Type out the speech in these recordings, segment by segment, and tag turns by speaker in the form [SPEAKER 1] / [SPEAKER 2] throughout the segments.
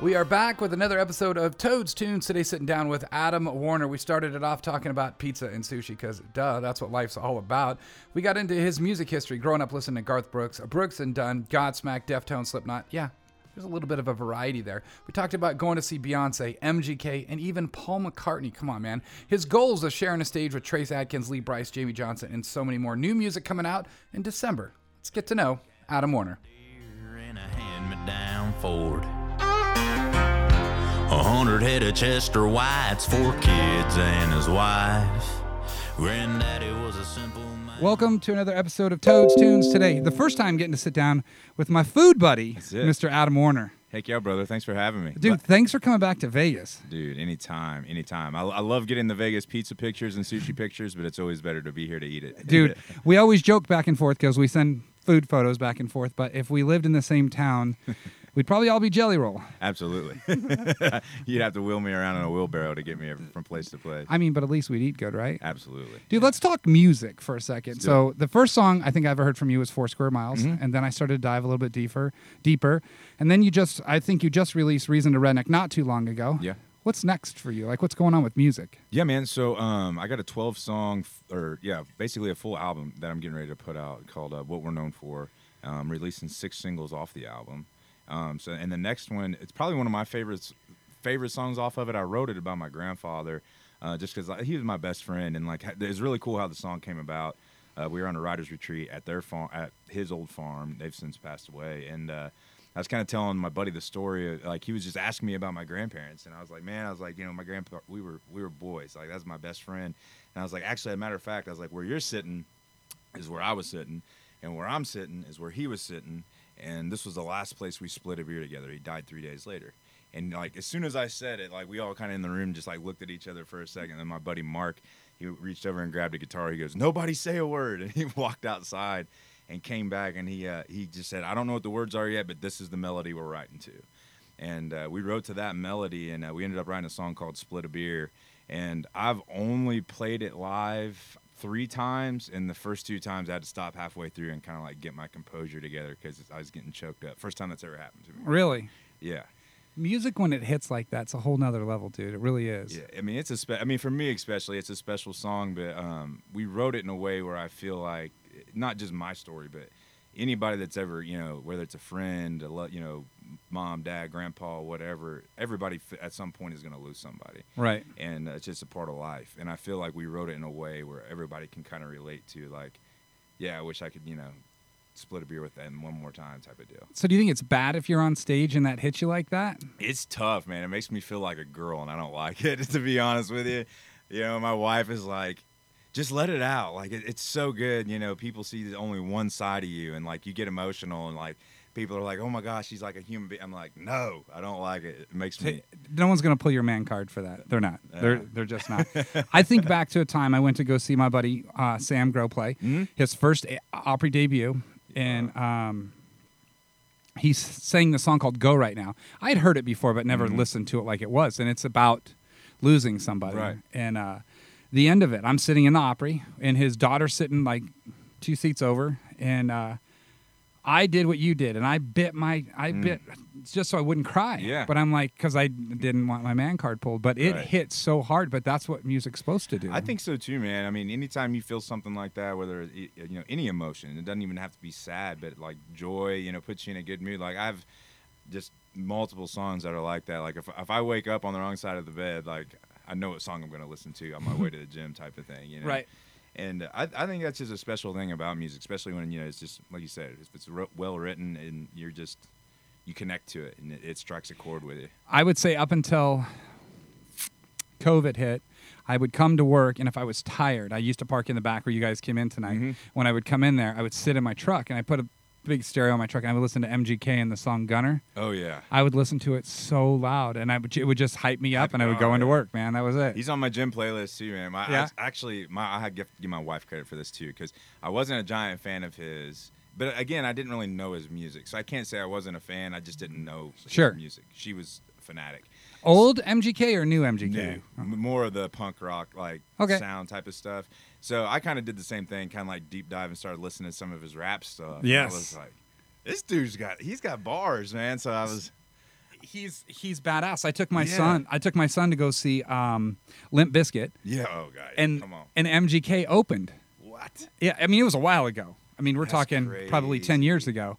[SPEAKER 1] We are back with another episode of Toad's Tunes. Today, sitting down with Adam Warner. We started it off talking about pizza and sushi because, duh, that's what life's all about. We got into his music history, growing up listening to Garth Brooks, uh, Brooks and Dunn, Godsmack, Deftones, Slipknot. Yeah, there's a little bit of a variety there. We talked about going to see Beyonce, MGK, and even Paul McCartney. Come on, man. His goals of sharing a stage with Trace Adkins, Lee Bryce, Jamie Johnson, and so many more. New music coming out in December. Let's get to know Adam Warner.
[SPEAKER 2] And a hand-me-down Ford. A hundred head of Chester Whites, four kids and his wife. Granddaddy was a simple man.
[SPEAKER 1] Welcome to another episode of Toad's Tunes today. The first time getting to sit down with my food buddy,
[SPEAKER 3] it.
[SPEAKER 1] Mr. Adam Warner.
[SPEAKER 3] Heck yeah, brother. Thanks for having me.
[SPEAKER 1] Dude, thanks for coming back to Vegas.
[SPEAKER 3] But- dude, anytime, anytime. I, I love getting the Vegas pizza pictures and sushi pictures, but it's always better to be here to eat it.
[SPEAKER 1] Dude, we always joke back and forth because we send food photos back and forth, but if we lived in the same town, we'd probably all be Jelly Roll.
[SPEAKER 3] Absolutely. You'd have to wheel me around in a wheelbarrow to get me from place to place.
[SPEAKER 1] I mean, but at least we'd eat good, right?
[SPEAKER 3] Absolutely.
[SPEAKER 1] Dude, let's talk music for a 2nd
[SPEAKER 3] do Mm-hmm.
[SPEAKER 1] so the first song I think I ever heard from you was Four Square Miles, and then I started to dive a little bit deeper, deeper, and then you just I think you just released Reason to Redneck not too long ago.
[SPEAKER 3] Yeah.
[SPEAKER 1] What's next for you? Like, what's going on with music?
[SPEAKER 3] Yeah, man. So um, I got a 12 song, f- or yeah, basically a full album that I'm getting ready to put out called uh, "What We're Known For." Um, releasing six singles off the album. Um, so, and the next one, it's probably one of my favorites, favorite songs off of it. I wrote it about my grandfather, uh, just because he was my best friend, and like ha- it's really cool how the song came about. Uh, we were on a writers retreat at their farm, at his old farm. They've since passed away, and uh, I was kind of telling my buddy the story. uh, Like he was just asking me about my grandparents, and I was like, "Man, I was like, you know, my grandpa. We were we were boys. Like that's my best friend." And I was like, "Actually, as a matter of fact, I was like, where you're sitting is where I was sitting, and where I'm sitting is where he was sitting, and this was the last place we split a beer together. He died three days later." And like as soon as I said it, like we all kind of in the room just like looked at each other for a second. Then my buddy Mark, he reached over and grabbed a guitar. He goes, "Nobody say a word," and he walked outside and came back and he uh, he just said, "I don't know what the words are yet, but this is the melody we're writing to." And uh, we wrote to that melody, and uh, we ended up writing a song called "Split a Beer." And I've only played it live three times, and the first two times I had to stop halfway through and kind of like get my composure together because I was getting choked up. First time that's ever happened to me.
[SPEAKER 1] Really,
[SPEAKER 3] Yeah.
[SPEAKER 1] music when it hits like that's a whole nother level, dude. It really is.
[SPEAKER 3] Yeah, I mean it's a spe- I mean for me especially it's a special song, but um, we wrote it in a way where I feel like not just my story, but anybody that's ever you know whether it's a friend, a lo- you know, mom, dad, grandpa, whatever, everybody f- at some point is going to lose somebody,
[SPEAKER 1] Right.
[SPEAKER 3] and uh, it's just a part of life. And I feel like we wrote it in a way where everybody can kind of relate to like, yeah, I wish I could you know split a beer with them one more time type of deal.
[SPEAKER 1] So do you think it's bad if you're on stage and that hits you like that?
[SPEAKER 3] It's tough, man. It makes me feel like a girl, and I don't like it. To be honest with you, you know, my wife is like, "Just let it out. Like it, it's so good. You know, people see the- only one side of you, and like you get emotional, and like people are like, "Oh my gosh, she's like a human being." I'm like, "No, I don't like it. It makes me."
[SPEAKER 1] no one's gonna pull your man card for that. They're not. They're
[SPEAKER 3] Yeah.
[SPEAKER 1] they're just not. I think back to a time I went to go see my buddy uh, Sam Grow play
[SPEAKER 3] Mm-hmm.
[SPEAKER 1] his first a- Opry debut, and um, he s- sang the song called "Go Right Now." I had heard it before, but
[SPEAKER 3] Mm-hmm.
[SPEAKER 1] never listened to it like it was. And it's about losing somebody.
[SPEAKER 3] Right.
[SPEAKER 1] And uh, the end of it, I'm sitting in the Opry, and his daughter's sitting like two seats over, and. Uh, I did what you did, and I bit my, I bit just so I wouldn't cry.
[SPEAKER 3] Mm. Yeah.
[SPEAKER 1] But I'm like, because I didn't want my man card pulled, but it
[SPEAKER 3] Right.
[SPEAKER 1] hits so hard. But that's what music's supposed to do.
[SPEAKER 3] I think so too, man. I mean, anytime you feel something like that, whether it- you know any emotion, it doesn't even have to be sad, but like joy, you know, puts you in a good mood. Like I've just multiple songs that are like that. Like if if I wake up on the wrong side of the bed, like I know what song I'm going to listen to on my way to the gym, type of thing. You know,
[SPEAKER 1] Right.
[SPEAKER 3] And I, I think that's just a special thing about music, especially when you know it's just like you said, if it's ro- well written and you're just you connect to it and it, it strikes a chord with you.
[SPEAKER 1] I would say up until COVID hit, I would come to work, and if I was tired, I used to park in the back where you guys came in tonight.
[SPEAKER 3] Mm-hmm.
[SPEAKER 1] When I would come in there, I would sit in my truck, and I put a big stereo on my truck, and I would listen to MGK and the song Gunner.
[SPEAKER 3] Oh yeah.
[SPEAKER 1] I would listen to it so loud, and I would, it would just hype me up, and I would go
[SPEAKER 3] Oh,
[SPEAKER 1] into
[SPEAKER 3] yeah.
[SPEAKER 1] work, man. That was it.
[SPEAKER 3] He's on my gym playlist too, man. My,
[SPEAKER 1] Yeah.
[SPEAKER 3] I, actually, my I have to give my wife credit for this too because I wasn't a giant fan of his, but again, I didn't really know his music, so I can't say I wasn't a fan. I just didn't know
[SPEAKER 1] Sure.
[SPEAKER 3] his music. She was a fanatic.
[SPEAKER 1] Old MGK or new MGK?
[SPEAKER 3] New, M- more of the punk rock like
[SPEAKER 1] Okay.
[SPEAKER 3] sound type of stuff. So I kind of did the same thing, kind of like deep dive and started listening to some of his rap stuff. And I
[SPEAKER 1] Yes.
[SPEAKER 3] was like, this dude's got he's got bars, man. So I was.
[SPEAKER 1] he's he's badass. I took my
[SPEAKER 3] Yeah.
[SPEAKER 1] son. I took my son to go see um, Limp Biscuit,
[SPEAKER 3] Yeah. Oh god.
[SPEAKER 1] and
[SPEAKER 3] come on.
[SPEAKER 1] and MGK opened.
[SPEAKER 3] What?
[SPEAKER 1] Yeah, I mean it was a while ago. I mean we're
[SPEAKER 3] That's
[SPEAKER 1] talking probably ten
[SPEAKER 3] crazy.
[SPEAKER 1] years ago.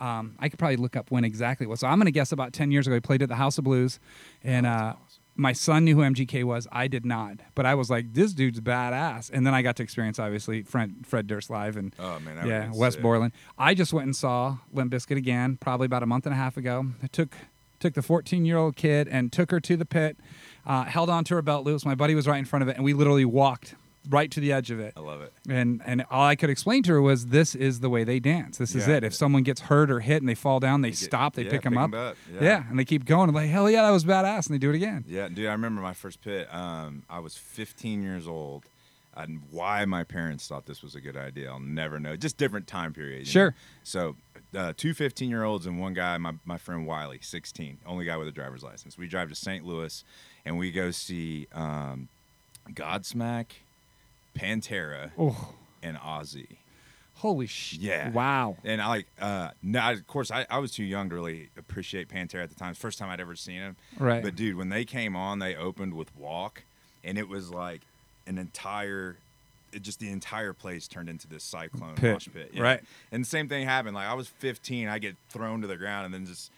[SPEAKER 1] Um, I could probably look up when exactly it was. So I'm gonna guess about ten years ago. He played at the House of Blues,
[SPEAKER 3] Oh,
[SPEAKER 1] and uh, my son knew who MGK was. I did not, but I was like, this dude's badass. And then I got to experience obviously Fred Fred Durst live and
[SPEAKER 3] Oh man. That
[SPEAKER 1] yeah,
[SPEAKER 3] would've been
[SPEAKER 1] West
[SPEAKER 3] sick.
[SPEAKER 1] Borland. I just went and saw Limp Bizkit again, probably about a month and a half ago. I took took the 14 year old kid and took her to the pit, uh, held on to her belt loops. My buddy was right in front of it, and we literally walked right to the edge of it.
[SPEAKER 3] I love it.
[SPEAKER 1] And and all I could explain to her was this is the way they dance. This is
[SPEAKER 3] Yeah.
[SPEAKER 1] it. If someone gets hurt or hit and they fall down, they,
[SPEAKER 3] get-
[SPEAKER 1] stop, they
[SPEAKER 3] yeah,
[SPEAKER 1] pick them
[SPEAKER 3] pick
[SPEAKER 1] up.
[SPEAKER 3] 'em up, yeah.
[SPEAKER 1] and they keep going. I'm like, hell yeah, that was badass, and they do it again.
[SPEAKER 3] Yeah, dude, I remember my first pit. Um, I was 15 years old. And why my parents thought this was a good idea, I'll never know. Just different time periods.
[SPEAKER 1] Sure.
[SPEAKER 3] So, uh, two 15 year olds and one guy, my, my friend Wiley, 16, only guy with a driver's license. We drive to St. Louis and we go see um, Godsmack, Pantera,
[SPEAKER 1] Oh,
[SPEAKER 3] and Ozzy.
[SPEAKER 1] holy shit!
[SPEAKER 3] Yeah.
[SPEAKER 1] wow.
[SPEAKER 3] And I like, uh, no, I, of course, I, I was too young to really appreciate Pantera at the time. First time I'd ever seen him.
[SPEAKER 1] Right.
[SPEAKER 3] But dude, when they came on, they opened with Walk, and it was like an entire, it just the entire place turned into this cyclone
[SPEAKER 1] Pit.
[SPEAKER 3] mosh pit.
[SPEAKER 1] Right.
[SPEAKER 3] And the same thing happened. Like I was 15, I get thrown to the ground, and then just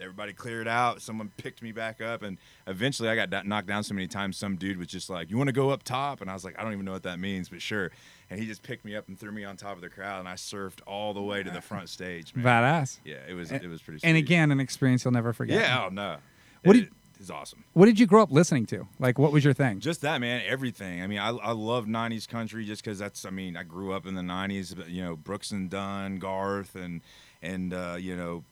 [SPEAKER 3] everybody cleared out. Someone picked me back up, and eventually I got do- knocked down so many times. Some dude was just like, "You want to go up top?" And I was like, "I don't even know what that means, but sure." And he just picked me up and threw me on top of the crowd, and I surfed all the way to the front stage. Man.
[SPEAKER 1] Badass.
[SPEAKER 3] Yeah, it was it was pretty.
[SPEAKER 1] And
[SPEAKER 3] sweet.
[SPEAKER 1] again, an experience you'll never forget.
[SPEAKER 3] Yeah, oh no.
[SPEAKER 1] What
[SPEAKER 3] What
[SPEAKER 1] did-
[SPEAKER 3] it, it's awesome.
[SPEAKER 1] What did you grow up listening to? Like, what was your thing?
[SPEAKER 3] Just that, man. Everything. I mean, I, I love '90s country just because that's. I mean, I grew up in the '90s. but, You know, Brooks and Dunn, Garth, and and uh, you know,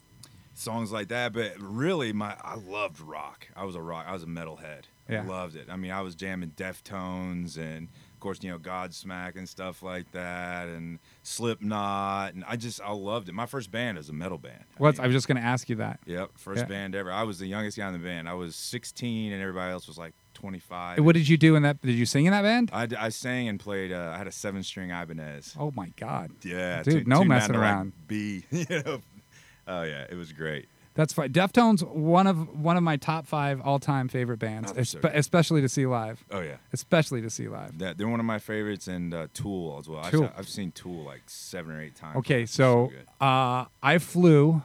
[SPEAKER 3] songs like that. But really, my I loved rock. I was a rock. I was a metalhead.
[SPEAKER 1] Yeah.
[SPEAKER 3] I loved it. I mean, I was jamming Deftones and of course, you know, Godsmack and stuff like that, and Slipknot, and I just I loved it. My first band is a metal band. I
[SPEAKER 1] What's
[SPEAKER 3] mean,
[SPEAKER 1] I was just going to ask you that.
[SPEAKER 3] Yep, first
[SPEAKER 1] Yeah.
[SPEAKER 3] band ever. I was the youngest guy in the band. I was 16, and everybody else was like 25.
[SPEAKER 1] What did you do in that? Did you sing in that band?
[SPEAKER 3] I, I sang and played. Uh, I had a seven-string Ibanez.
[SPEAKER 1] Oh my God,
[SPEAKER 3] Yeah,
[SPEAKER 1] Dude, no messing
[SPEAKER 3] Nadorak
[SPEAKER 1] around.
[SPEAKER 3] B. you know? Oh yeah, it was great.
[SPEAKER 1] that's fine. Deftones, one of one of my top five all time favorite bands,
[SPEAKER 3] Oh, they're so
[SPEAKER 1] espe-
[SPEAKER 3] good.
[SPEAKER 1] especially to see live.
[SPEAKER 3] Oh yeah,
[SPEAKER 1] Especially to see live.
[SPEAKER 3] that they're one of my favorites, and uh, Tool as well.
[SPEAKER 1] Tool.
[SPEAKER 3] I've, I've seen Tool like seven or eight times.
[SPEAKER 1] Okay,
[SPEAKER 3] It's
[SPEAKER 1] so
[SPEAKER 3] good.
[SPEAKER 1] uh, I flew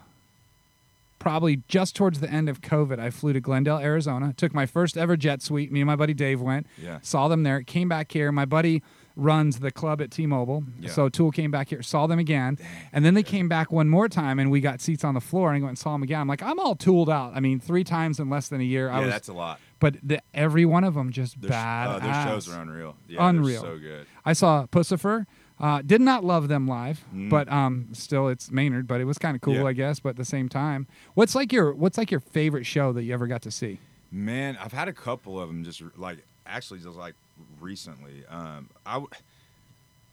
[SPEAKER 1] probably just towards the end of COVID. I flew to Glendale, Arizona, took my first ever jet suite. Me and my buddy Dave went,
[SPEAKER 3] Yeah.
[SPEAKER 1] saw them there, came back here. My buddy runs the club at T Mobile.
[SPEAKER 3] Yeah.
[SPEAKER 1] So Tool came back here, saw them again. And then they came back one more time and we got seats on the floor and I went and saw them again. I'm like, I'm all tooled out. I mean, three times in less than a year.
[SPEAKER 3] yeah,
[SPEAKER 1] I was,
[SPEAKER 3] that's a lot.
[SPEAKER 1] but the, every one of them just
[SPEAKER 3] Their, sh-
[SPEAKER 1] bad.
[SPEAKER 3] uh, their shows are unreal. Yeah, they're
[SPEAKER 1] Unreal.
[SPEAKER 3] So good.
[SPEAKER 1] I saw Pussifer. Uh, did not love them live, but um, still, it's Maynard. But it was kind of cool,
[SPEAKER 3] Mm. Yeah.
[SPEAKER 1] I guess. But at the same time, what's like your what's like your favorite show that you ever got to see?
[SPEAKER 3] Man, I've had a couple of them just like actually just like recently. Um, I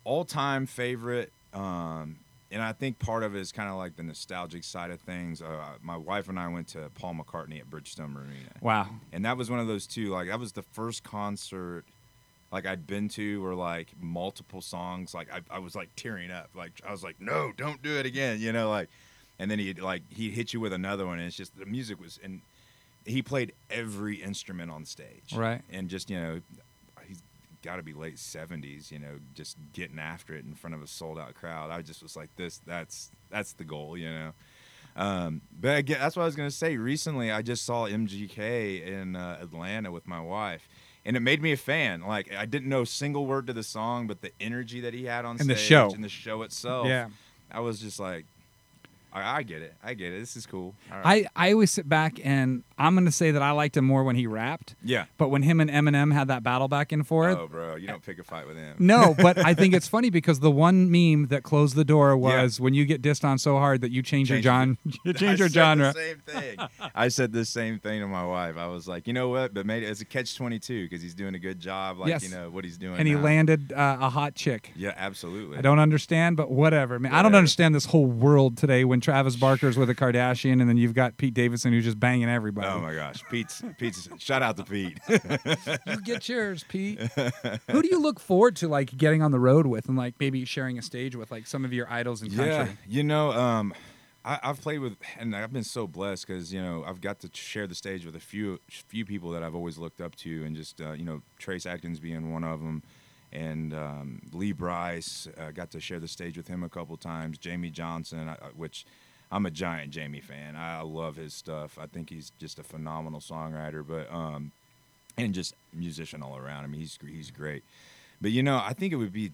[SPEAKER 3] all time favorite, um, and I think part of it is kind of like the nostalgic side of things. Uh, my wife and I went to Paul McCartney at Bridgestone Arena,
[SPEAKER 1] Wow,
[SPEAKER 3] and that was one of those two. Like that was the first concert like I'd been to where like multiple songs like I, I was like tearing up like I was like no don't do it again you know like and then he like he hit you with another one and it's just the music was and he played every instrument on stage
[SPEAKER 1] Right.
[SPEAKER 3] and just you know he's got to be late 70s you know just getting after it in front of a sold out crowd I just was like this that's that's the goal you know um, but again, that's what I was gonna say. Recently, I just saw MGK in uh, Atlanta with my wife, and it made me a fan. Like I didn't know a single word to the song, but the energy that he had on
[SPEAKER 1] And the
[SPEAKER 3] stage
[SPEAKER 1] show.
[SPEAKER 3] and the show itself,
[SPEAKER 1] Yeah.
[SPEAKER 3] I was just like, I, I get it, I get it. This is cool. All right.
[SPEAKER 1] I I always sit back and I'm gonna say that I liked him more when he rapped.
[SPEAKER 3] yeah.
[SPEAKER 1] But when him and Eminem had that battle back and forth,
[SPEAKER 3] Oh, bro, you don't pick a fight with him.
[SPEAKER 1] no. But I think it's funny because the one meme that closed the door
[SPEAKER 3] Yeah.
[SPEAKER 1] was when you get dissed on so hard that you change, your
[SPEAKER 3] Change
[SPEAKER 1] genre. You
[SPEAKER 3] I
[SPEAKER 1] change your
[SPEAKER 3] said
[SPEAKER 1] genre.
[SPEAKER 3] The same thing. I said the same thing to my wife. I was like, you know what? But made it's a catch twenty two because he's doing a good job. Like
[SPEAKER 1] Yes.
[SPEAKER 3] you know what he's doing.
[SPEAKER 1] And he
[SPEAKER 3] now.
[SPEAKER 1] landed uh, a hot chick.
[SPEAKER 3] Yeah, absolutely.
[SPEAKER 1] I don't understand, but whatever. Man, I don't
[SPEAKER 3] Whatever.
[SPEAKER 1] understand this whole world today when Travis Barker's with a Kardashian and then you've got Pete Davidson who's just banging everybody.
[SPEAKER 3] Oh my gosh, Pete's Pete's shout out to Pete.
[SPEAKER 1] You get yours, Pete. Who do you look forward to like getting on the road with and like maybe sharing a stage with like some of your idols in country?
[SPEAKER 3] you know, um, I, I've played with, and I've been so blessed because you know I've got to share the stage with a few few people that I've always looked up to, and just uh, you know Trace Atkins being one of them, and um, Lee Bryce uh, got to share the stage with him a couple times. Jamie Johnson, I, I- which I'm a giant Jamie fan. I love his stuff. I think he's just a phenomenal songwriter, but um, and just musician all around. I mean, he's he's great. But you know, I think it would be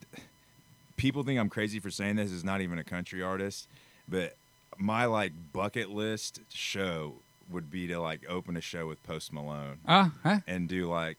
[SPEAKER 3] people think I'm crazy for saying this. Is not even a country artist, but my like bucket list show would be to like open a show with Post Malone
[SPEAKER 1] Ah, huh?
[SPEAKER 3] and do like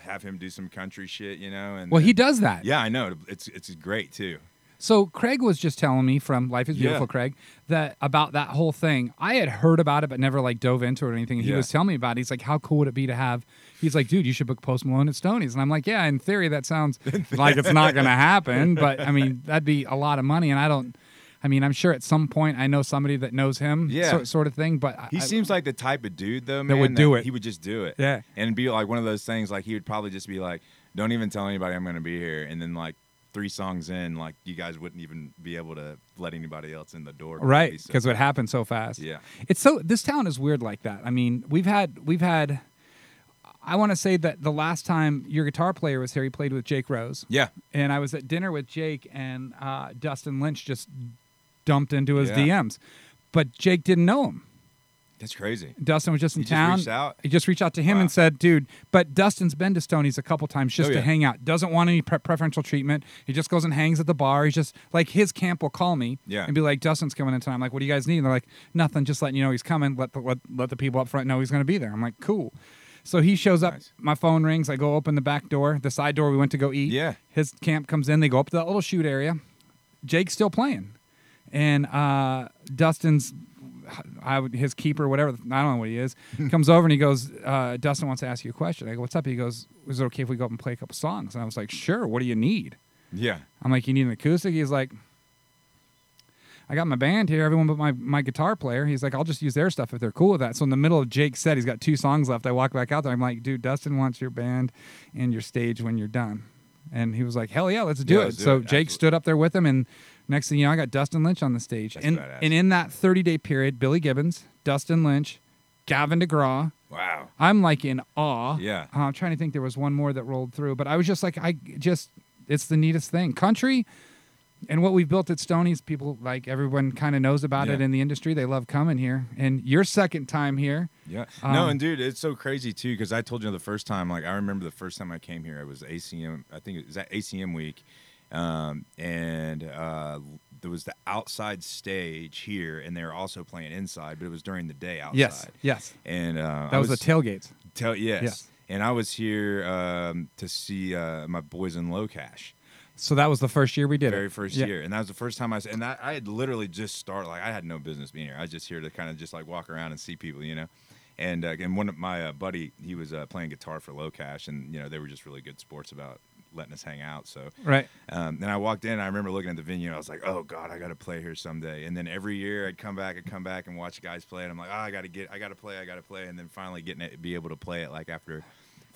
[SPEAKER 3] have him do some country shit, you know? And
[SPEAKER 1] Well, he does that.
[SPEAKER 3] yeah, I know. It's it's great too.
[SPEAKER 1] So Craig was just telling me from Life is
[SPEAKER 3] Yeah.
[SPEAKER 1] Beautiful, Craig, that about that whole thing. I had heard about it, but never like dove into it or anything. And He
[SPEAKER 3] Yeah.
[SPEAKER 1] was telling me about it. He's like, "How cool would it be to have?" He's like, "Dude, you should book Post Malone at Stoney's." And I'm like, "Yeah, in theory, that sounds like it's not going to happen, but I mean, that'd be a lot of money." And I don't. I mean, I'm sure at some point I know somebody that knows him,
[SPEAKER 3] Yeah.
[SPEAKER 1] sort, sort of thing. But
[SPEAKER 3] He
[SPEAKER 1] I,
[SPEAKER 3] seems like the type of dude though, man.
[SPEAKER 1] would do it.
[SPEAKER 3] He would just do it.
[SPEAKER 1] Yeah.
[SPEAKER 3] And it'd be like one of those things like he would probably just be like, Don't even tell anybody I'm gonna be here and then like three songs in, like you guys wouldn't even be able to let anybody else in the door.
[SPEAKER 1] right
[SPEAKER 3] He's so-
[SPEAKER 1] because it happened so fast
[SPEAKER 3] Yeah.
[SPEAKER 1] it's so this town is weird like that i mean we've had we've had i want to say that the last time your guitar player was here he played with jake rose
[SPEAKER 3] Yeah.
[SPEAKER 1] and i was at dinner with jake and uh, dustin lynch just dumped into his
[SPEAKER 3] Yeah.
[SPEAKER 1] dms but jake didn't know him
[SPEAKER 3] That's crazy.
[SPEAKER 1] Dustin was just in
[SPEAKER 3] He just
[SPEAKER 1] town.
[SPEAKER 3] reached out?
[SPEAKER 1] He just reached out to him
[SPEAKER 3] Wow.
[SPEAKER 1] and said, "Dude, but Dustin's been to Stoney's a couple times just
[SPEAKER 3] Oh,
[SPEAKER 1] to
[SPEAKER 3] yeah.
[SPEAKER 1] hang out. Doesn't want any pre- preferential treatment. He just goes and hangs at the bar. He's just like his camp will call me
[SPEAKER 3] Yeah.
[SPEAKER 1] and be like, Dustin's coming in tonight. I'm like, what do you guys need? And they're like, nothing. Just letting you know he's coming. Let the, let, let the people up front know he's going to be there. I'm like, cool. So he shows up.
[SPEAKER 3] Nice.
[SPEAKER 1] My phone rings. I go open the back door, the side door we went to go eat.
[SPEAKER 3] Yeah.
[SPEAKER 1] His camp comes in. They go up to that little shoot area. Jake's still playing, and uh, Dustin's, I would his keeper, whatever. I don't know what he is. comes over and he goes, uh, Dustin wants to ask you a question. I go, what's up? He goes, is it okay if we go up and play a couple songs? And I was like, sure. What do you need?
[SPEAKER 3] Yeah.
[SPEAKER 1] I'm like, you need an acoustic? He's like, I got my band here, everyone but my, my guitar player. He's like, I'll just use their stuff if they're cool with that. So in the middle of Jake's set, he's got two songs left. I walk back out there. I'm like, dude, Dustin wants your band and your stage when you're done. And he was like, hell yeah, let's do
[SPEAKER 3] Yeah,
[SPEAKER 1] it.
[SPEAKER 3] let's do
[SPEAKER 1] so
[SPEAKER 3] it.
[SPEAKER 1] Jake
[SPEAKER 3] Absolutely.
[SPEAKER 1] stood up there with him. And next thing you know, I got Dustin Lynch on the stage.
[SPEAKER 3] That's
[SPEAKER 1] and,
[SPEAKER 3] badass.
[SPEAKER 1] and in that 30 day period, Billy Gibbons, Dustin Lynch, Gavin DeGraw,
[SPEAKER 3] Wow.
[SPEAKER 1] I'm like in awe.
[SPEAKER 3] Yeah.
[SPEAKER 1] Uh, I'm trying to think there was one more that rolled through, but I was just like, I just, it's the neatest thing. Country and what we've built at Stoney's, people like everyone kind of knows about it
[SPEAKER 3] Yeah.
[SPEAKER 1] in the industry. They love coming here. And your second time here,
[SPEAKER 3] Yeah. no,
[SPEAKER 1] Um,
[SPEAKER 3] and dude, it's so crazy too because I told you the first time. Like, I remember the first time I came here. It was ACM. I think it was that ACM week, um, and uh, there was the outside stage here, and they were also playing inside, but it was during the day outside.
[SPEAKER 1] yes, yes,
[SPEAKER 3] And uh,
[SPEAKER 1] that
[SPEAKER 3] I
[SPEAKER 1] was, the tailgates.
[SPEAKER 3] tell. Yes.
[SPEAKER 1] Yes.
[SPEAKER 3] And I was here um, to see uh, my boys in Low Cash.
[SPEAKER 1] So that was the first year we did
[SPEAKER 3] very
[SPEAKER 1] it.
[SPEAKER 3] first
[SPEAKER 1] Yeah.
[SPEAKER 3] year, and that was the first time I s- and I, I had literally just started. Like I had no business being here. I was just here to kind of just like walk around and see people, you know. And uh, and one of my uh, buddy, he was uh, playing guitar for Low Cash, and you know they were just really good sports about letting us hang out. So
[SPEAKER 1] Right.
[SPEAKER 3] um, and I walked in. I remember looking at the venue. I was like, "Oh God, I got to play here someday." And then every year, I'd come back, I'd come back and watch guys play, and I'm like, "Ah, "I got to get, I got to play, I got to play." And then finally getting it, be able to play it like after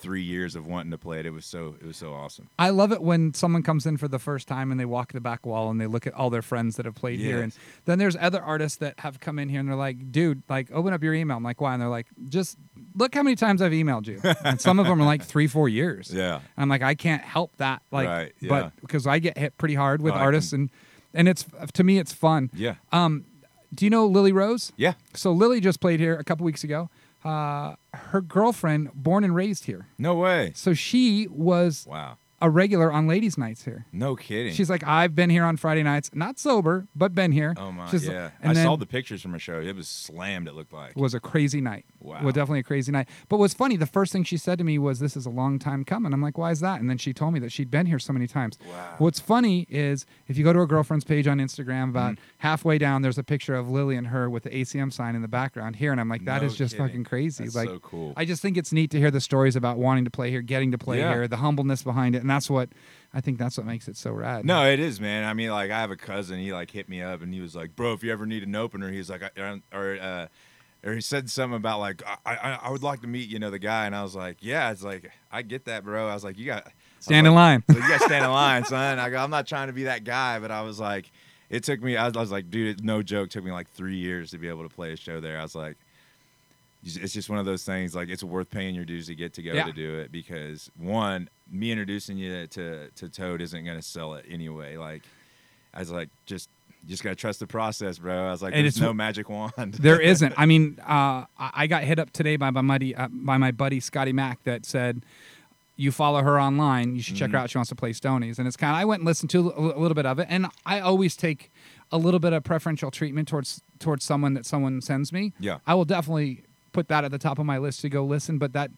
[SPEAKER 3] three years of wanting to play it. It was so, it was so awesome.
[SPEAKER 1] I love it when someone comes in for the first time and they walk the back wall and they look at all their friends that have played here. And
[SPEAKER 3] Yes.
[SPEAKER 1] then there's other artists that have come in here and they're like, dude, like, open up your email. I'm like, why? And they're like, just look how many times I've emailed you. And some of them are like three, four years.
[SPEAKER 3] Yeah.
[SPEAKER 1] I'm like, I can't help that. Like,
[SPEAKER 3] Right, yeah.
[SPEAKER 1] but because I get hit pretty hard with
[SPEAKER 3] Oh, I can-
[SPEAKER 1] artists and, and it's, to me, it's fun.
[SPEAKER 3] Yeah.
[SPEAKER 1] Um, do you know Lily Rose?
[SPEAKER 3] Yeah.
[SPEAKER 1] So Lily just played here a couple weeks ago. Uh, her girlfriend, born and raised here.
[SPEAKER 3] No way.
[SPEAKER 1] So she was
[SPEAKER 3] Wow.
[SPEAKER 1] a regular on ladies' nights here.
[SPEAKER 3] No kidding.
[SPEAKER 1] She's like, I've been here on Friday nights, not sober, but been here.
[SPEAKER 3] Oh my,
[SPEAKER 1] She's-
[SPEAKER 3] yeah.
[SPEAKER 1] And
[SPEAKER 3] I
[SPEAKER 1] then
[SPEAKER 3] saw the pictures from her show. It was slammed. It looked like.
[SPEAKER 1] it was a crazy night.
[SPEAKER 3] Wow.
[SPEAKER 1] was definitely a crazy night. But what's funny, the first thing she said to me was, "This is a long time coming." I'm like, "Why is that?" And then she told me that she'd been here so many times.
[SPEAKER 3] Wow.
[SPEAKER 1] What's funny is if you go to her girlfriend's page on Instagram, about
[SPEAKER 3] Mm-hmm.
[SPEAKER 1] halfway down, there's a picture of Lily and her with the ACM sign in the background here, and I'm like, "That
[SPEAKER 3] No
[SPEAKER 1] is just
[SPEAKER 3] kidding.
[SPEAKER 1] fucking crazy."
[SPEAKER 3] That's
[SPEAKER 1] like,
[SPEAKER 3] so cool.
[SPEAKER 1] I just think it's neat to hear the stories about wanting to play here, getting to play
[SPEAKER 3] Yeah.
[SPEAKER 1] here, the humbleness behind it, and that's what I think that's what makes it so rad.
[SPEAKER 3] no, it is, man. I mean, like, I have a cousin. He like hit me up, and he was like, "Bro, if you ever need an opener, he's like, I, I- or uh, or he said something about like, I, I, I would like to meet, you know, the guy." And I was like, "Yeah, it's like, I get that, bro." I was like, "You got I was
[SPEAKER 1] Stand in
[SPEAKER 3] like-
[SPEAKER 1] line.
[SPEAKER 3] So you got to stand in line, son. I go, I'm not trying to be that guy, but I was like, It took me. I was, I was like, dude, it, no joke. took me like three years to be able to play a show there. I was like, it's just one of those things. Like, it's worth paying your dues to get to go
[SPEAKER 1] Yeah.
[SPEAKER 3] to do it because one, me introducing you to to Toad isn't going to sell it anyway. Like, I was like, just you just got to trust the process, bro. I was like,
[SPEAKER 1] And
[SPEAKER 3] there's
[SPEAKER 1] it's-
[SPEAKER 3] no magic wand.
[SPEAKER 1] There isn't. I mean, uh, I I got hit up today by my buddy, uh, by my buddy Scotty Mack that said, "You follow her online. You should check her
[SPEAKER 3] Mm-hmm.
[SPEAKER 1] out. She wants to play Stonies." And it's kind of I went and listened to a little bit of it, and I always take a little bit of preferential treatment towards towards someone that someone sends me.
[SPEAKER 3] Yeah.
[SPEAKER 1] I will definitely put that at the top of my list to go listen. But that,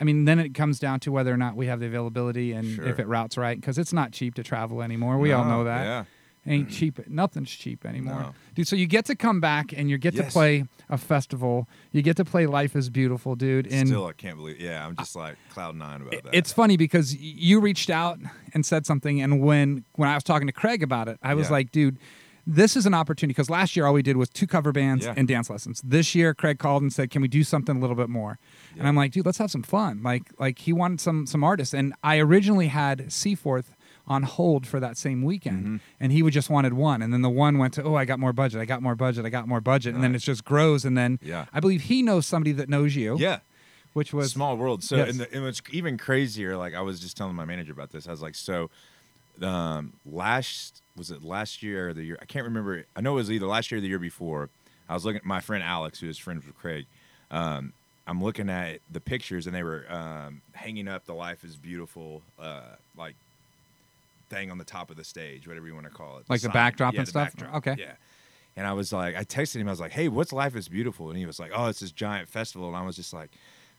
[SPEAKER 1] I mean, then it comes down to whether or not we have the availability and if
[SPEAKER 3] Sure.
[SPEAKER 1] it routes right, because it's not cheap to travel anymore. We all
[SPEAKER 3] No,
[SPEAKER 1] know that
[SPEAKER 3] Yeah.
[SPEAKER 1] ain't cheap. Nothing's cheap anymore,
[SPEAKER 3] No.
[SPEAKER 1] dude. So you get to come back and you get to
[SPEAKER 3] Yes.
[SPEAKER 1] play a festival. You get to play Life Is Beautiful, dude. And
[SPEAKER 3] Still, I can't believe. Yeah, I'm just like cloud nine about that.
[SPEAKER 1] it's funny because y- you reached out and said something, and when when I was talking to Craig about it, I was
[SPEAKER 3] Yeah.
[SPEAKER 1] like, dude. This is an opportunity because last year all we did was two cover bands
[SPEAKER 3] Yeah.
[SPEAKER 1] and dance lessons. This year, Craig called and said, "Can we do something a little bit more?" And
[SPEAKER 3] Yeah.
[SPEAKER 1] I'm like, "Dude, let's have some fun!" Like, like he wanted some some artists, and I originally had Seaforth on hold for that same weekend
[SPEAKER 3] Mm-hmm.
[SPEAKER 1] and he would just wanted one and then the one went to oh i got more budget i got more budget i got more budget and then it just grows and then
[SPEAKER 3] Yeah.
[SPEAKER 1] i believe he knows somebody that knows you
[SPEAKER 3] yeah.
[SPEAKER 1] which was
[SPEAKER 3] small world. So
[SPEAKER 1] Yes.
[SPEAKER 3] and, the, and what's even crazier, like I was just telling my manager about this. I was like, so um, last was it last year or the year? I can't remember. I know it was either last year or the year before. I was looking at my friend Alex, who is friends with Craig. Um, I'm looking at the pictures, and they were um, hanging up the "Life Is Beautiful" uh, like thing on the top of the stage, whatever you want to call it,
[SPEAKER 1] Like the
[SPEAKER 3] sign.
[SPEAKER 1] backdrop
[SPEAKER 3] Yeah,
[SPEAKER 1] and
[SPEAKER 3] the
[SPEAKER 1] stuff?
[SPEAKER 3] backdrop.
[SPEAKER 1] Okay.
[SPEAKER 3] yeah. And I was like, I texted him. I was like, "Hey, what's Life Is Beautiful?" And he was like, "Oh, it's this giant festival." And I was just like,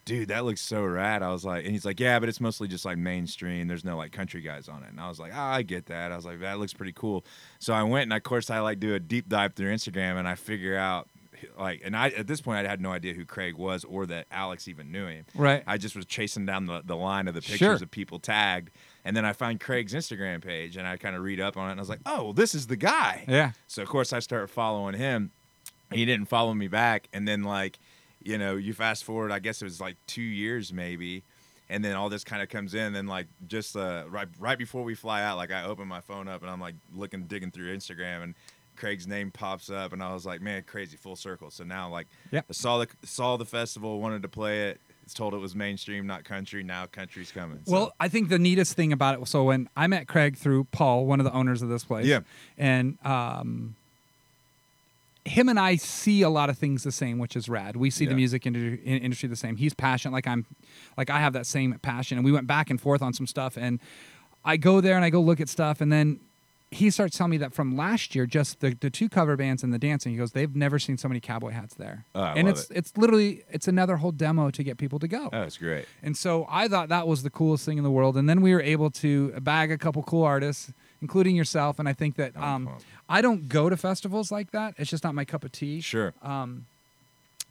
[SPEAKER 3] "Dude, that looks so rad." I was like, and he's like, "Yeah, but it's mostly just like mainstream. There's no like country guys on it." And I was like, "Ah, I get that." I was like, "That looks pretty cool." So I went and of course I like do a deep dive through Instagram and I figure out like, and I at this point I had no idea who Craig was or that Alex even knew him.
[SPEAKER 1] Right.
[SPEAKER 3] I just was chasing down the, the line of the pictures
[SPEAKER 1] Sure.
[SPEAKER 3] of people tagged. And then I find Craig's Instagram page and I kind of read up on it and I was like, oh, well, this is the guy.
[SPEAKER 1] yeah
[SPEAKER 3] So of course I started following him. He didn't follow me back, and then like, you know, you fast forward. I guess it was like two years maybe, and then all this kind of comes in. And like just uh, right right before we fly out, like I open my phone up and I'm like looking digging through Instagram and. Craig's name pops up, and I was like, "Man, crazy, full circle." So now, like,
[SPEAKER 1] Yep.
[SPEAKER 3] I saw the saw the festival, wanted to play it. It's told it was mainstream, not country. Now country's coming. So-
[SPEAKER 1] Well, I think the neatest thing about it. So when I met Craig through Paul, one of the owners of this place,
[SPEAKER 3] Yeah.
[SPEAKER 1] and um, him and I see a lot of things the same, which is rad. We see the
[SPEAKER 3] Yeah.
[SPEAKER 1] music industry, in- industry the same. He's passionate, like I'm, like I have that same passion, and we went back and forth on some stuff. And I go there and I go look at stuff, and then he starts telling me that from last year, just the, the two cover bands and the dancing. He goes, they've never seen so many cowboy hats there,
[SPEAKER 3] Oh, I
[SPEAKER 1] and
[SPEAKER 3] love
[SPEAKER 1] it's
[SPEAKER 3] it.
[SPEAKER 1] it's literally it's another whole demo to get people to go.
[SPEAKER 3] oh, it's great.
[SPEAKER 1] And so I thought that was the coolest thing in the world. And then we were able to bag a couple cool artists, including yourself. And I think that
[SPEAKER 3] was
[SPEAKER 1] um,
[SPEAKER 3] fun.
[SPEAKER 1] I don't go to festivals like that. It's just not my cup of tea.
[SPEAKER 3] Sure.
[SPEAKER 1] Uh,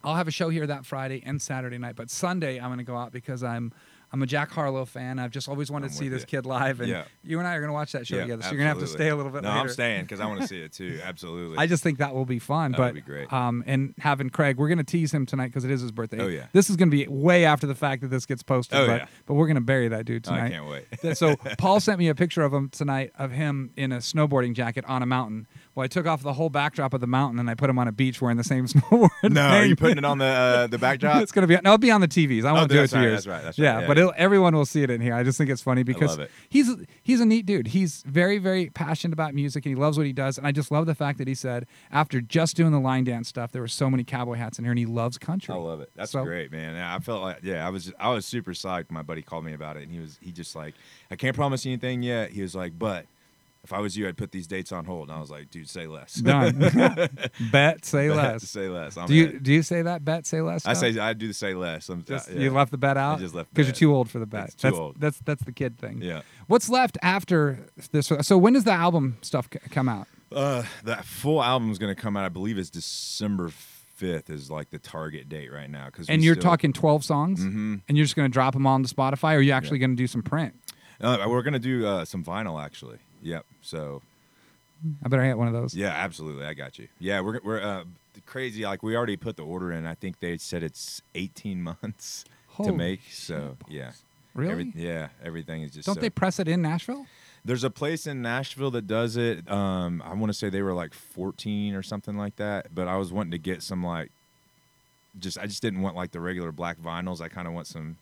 [SPEAKER 1] I'll have a show here that Friday and Saturday night, but Sunday I'm going to go out because I'm I'm a Jack Harlow fan. I've just always wanted
[SPEAKER 3] I'm
[SPEAKER 1] to see
[SPEAKER 3] with
[SPEAKER 1] this
[SPEAKER 3] you.
[SPEAKER 1] kid live, and
[SPEAKER 3] Yeah.
[SPEAKER 1] you and I are going to watch that show
[SPEAKER 3] Yeah,
[SPEAKER 1] together. So you're going to have to
[SPEAKER 3] absolutely.
[SPEAKER 1] stay a little bit
[SPEAKER 3] No,
[SPEAKER 1] later.
[SPEAKER 3] I'm staying because I want to see it too. Absolutely.
[SPEAKER 1] I just think that will be fun.
[SPEAKER 3] That
[SPEAKER 1] but
[SPEAKER 3] would be great.
[SPEAKER 1] Um, and having Craig, we're gonna tease him tonight because it is his birthday.
[SPEAKER 3] Oh, yeah.
[SPEAKER 1] This is gonna be way after the fact that this gets posted.
[SPEAKER 3] Oh,
[SPEAKER 1] but,
[SPEAKER 3] yeah.
[SPEAKER 1] but we're gonna bury that dude
[SPEAKER 3] Oh, I
[SPEAKER 1] tonight.
[SPEAKER 3] can't wait.
[SPEAKER 1] That- so Paul sent me a picture of him tonight of him in a snowboarding jacket on a mountain. Well, I took off the whole backdrop of the mountain and I put him on a beach wearing the same snowboard.
[SPEAKER 3] No, are
[SPEAKER 1] thing.
[SPEAKER 3] you putting it on the uh, the backdrop?
[SPEAKER 1] It's gonna be. No, it'll be on the TVs. I won't do it
[SPEAKER 3] Oh, that's
[SPEAKER 1] to
[SPEAKER 3] right,
[SPEAKER 1] yours.
[SPEAKER 3] that's right, that's right.
[SPEAKER 1] yeah,
[SPEAKER 3] Yeah,
[SPEAKER 1] but
[SPEAKER 3] yeah.
[SPEAKER 1] it'll, everyone will see it in here. I just think it's funny because
[SPEAKER 3] love it.
[SPEAKER 1] he's he's a neat dude. He's very very passionate about music and he loves what he does. And I just love the fact that he said after just doing the line dance stuff, there were so many cowboy hats in here, and he loves country.
[SPEAKER 3] I love it. That's
[SPEAKER 1] So-
[SPEAKER 3] great, man. Yeah, I felt like yeah, I was I was super psyched. My buddy called me about it, and he was he just like, I can't promise anything yet. He was like, but if I was you, I'd put these dates on hold. And I was like, dude, say less.
[SPEAKER 1] Done. Bet say less.
[SPEAKER 3] say less. I'm
[SPEAKER 1] do you
[SPEAKER 3] in.
[SPEAKER 1] do you say that? Bet say less.
[SPEAKER 3] I
[SPEAKER 1] stuff?
[SPEAKER 3] say I do the say less. I'm,
[SPEAKER 1] Just,
[SPEAKER 3] uh, yeah.
[SPEAKER 1] You left the bet out
[SPEAKER 3] just left
[SPEAKER 1] because you're
[SPEAKER 3] bet.
[SPEAKER 1] too old for the bet.
[SPEAKER 3] It's too
[SPEAKER 1] that's,
[SPEAKER 3] old.
[SPEAKER 1] That's that's the kid thing.
[SPEAKER 3] Yeah.
[SPEAKER 1] What's left after this? So when does the album stuff c- come out?
[SPEAKER 3] Uh, that full album is going to come out. I believe is December fifth is like the target date right now. Because
[SPEAKER 1] and you're talking 12 songs
[SPEAKER 3] Mm-hmm.
[SPEAKER 1] and you're just going to drop them all into spotify or are you actually going to do some print
[SPEAKER 3] Uh, we're going to do uh, some vinyl actually. Yep. So
[SPEAKER 1] i better get one of those
[SPEAKER 3] Yeah, absolutely. I got you. Yeah, we're we're uh, crazy. Like we already put the order in. I think they said it's 18 months
[SPEAKER 1] Holy
[SPEAKER 3] to make. So yeah,
[SPEAKER 1] really
[SPEAKER 3] Every- yeah, everything is just.
[SPEAKER 1] don't
[SPEAKER 3] so-
[SPEAKER 1] they press it in nashville
[SPEAKER 3] There's a place in Nashville that does it. Um, I want to say they were like 14 or something like that. But I was wanting to get some like, just I just didn't want like the regular black vinyls. I kind of want some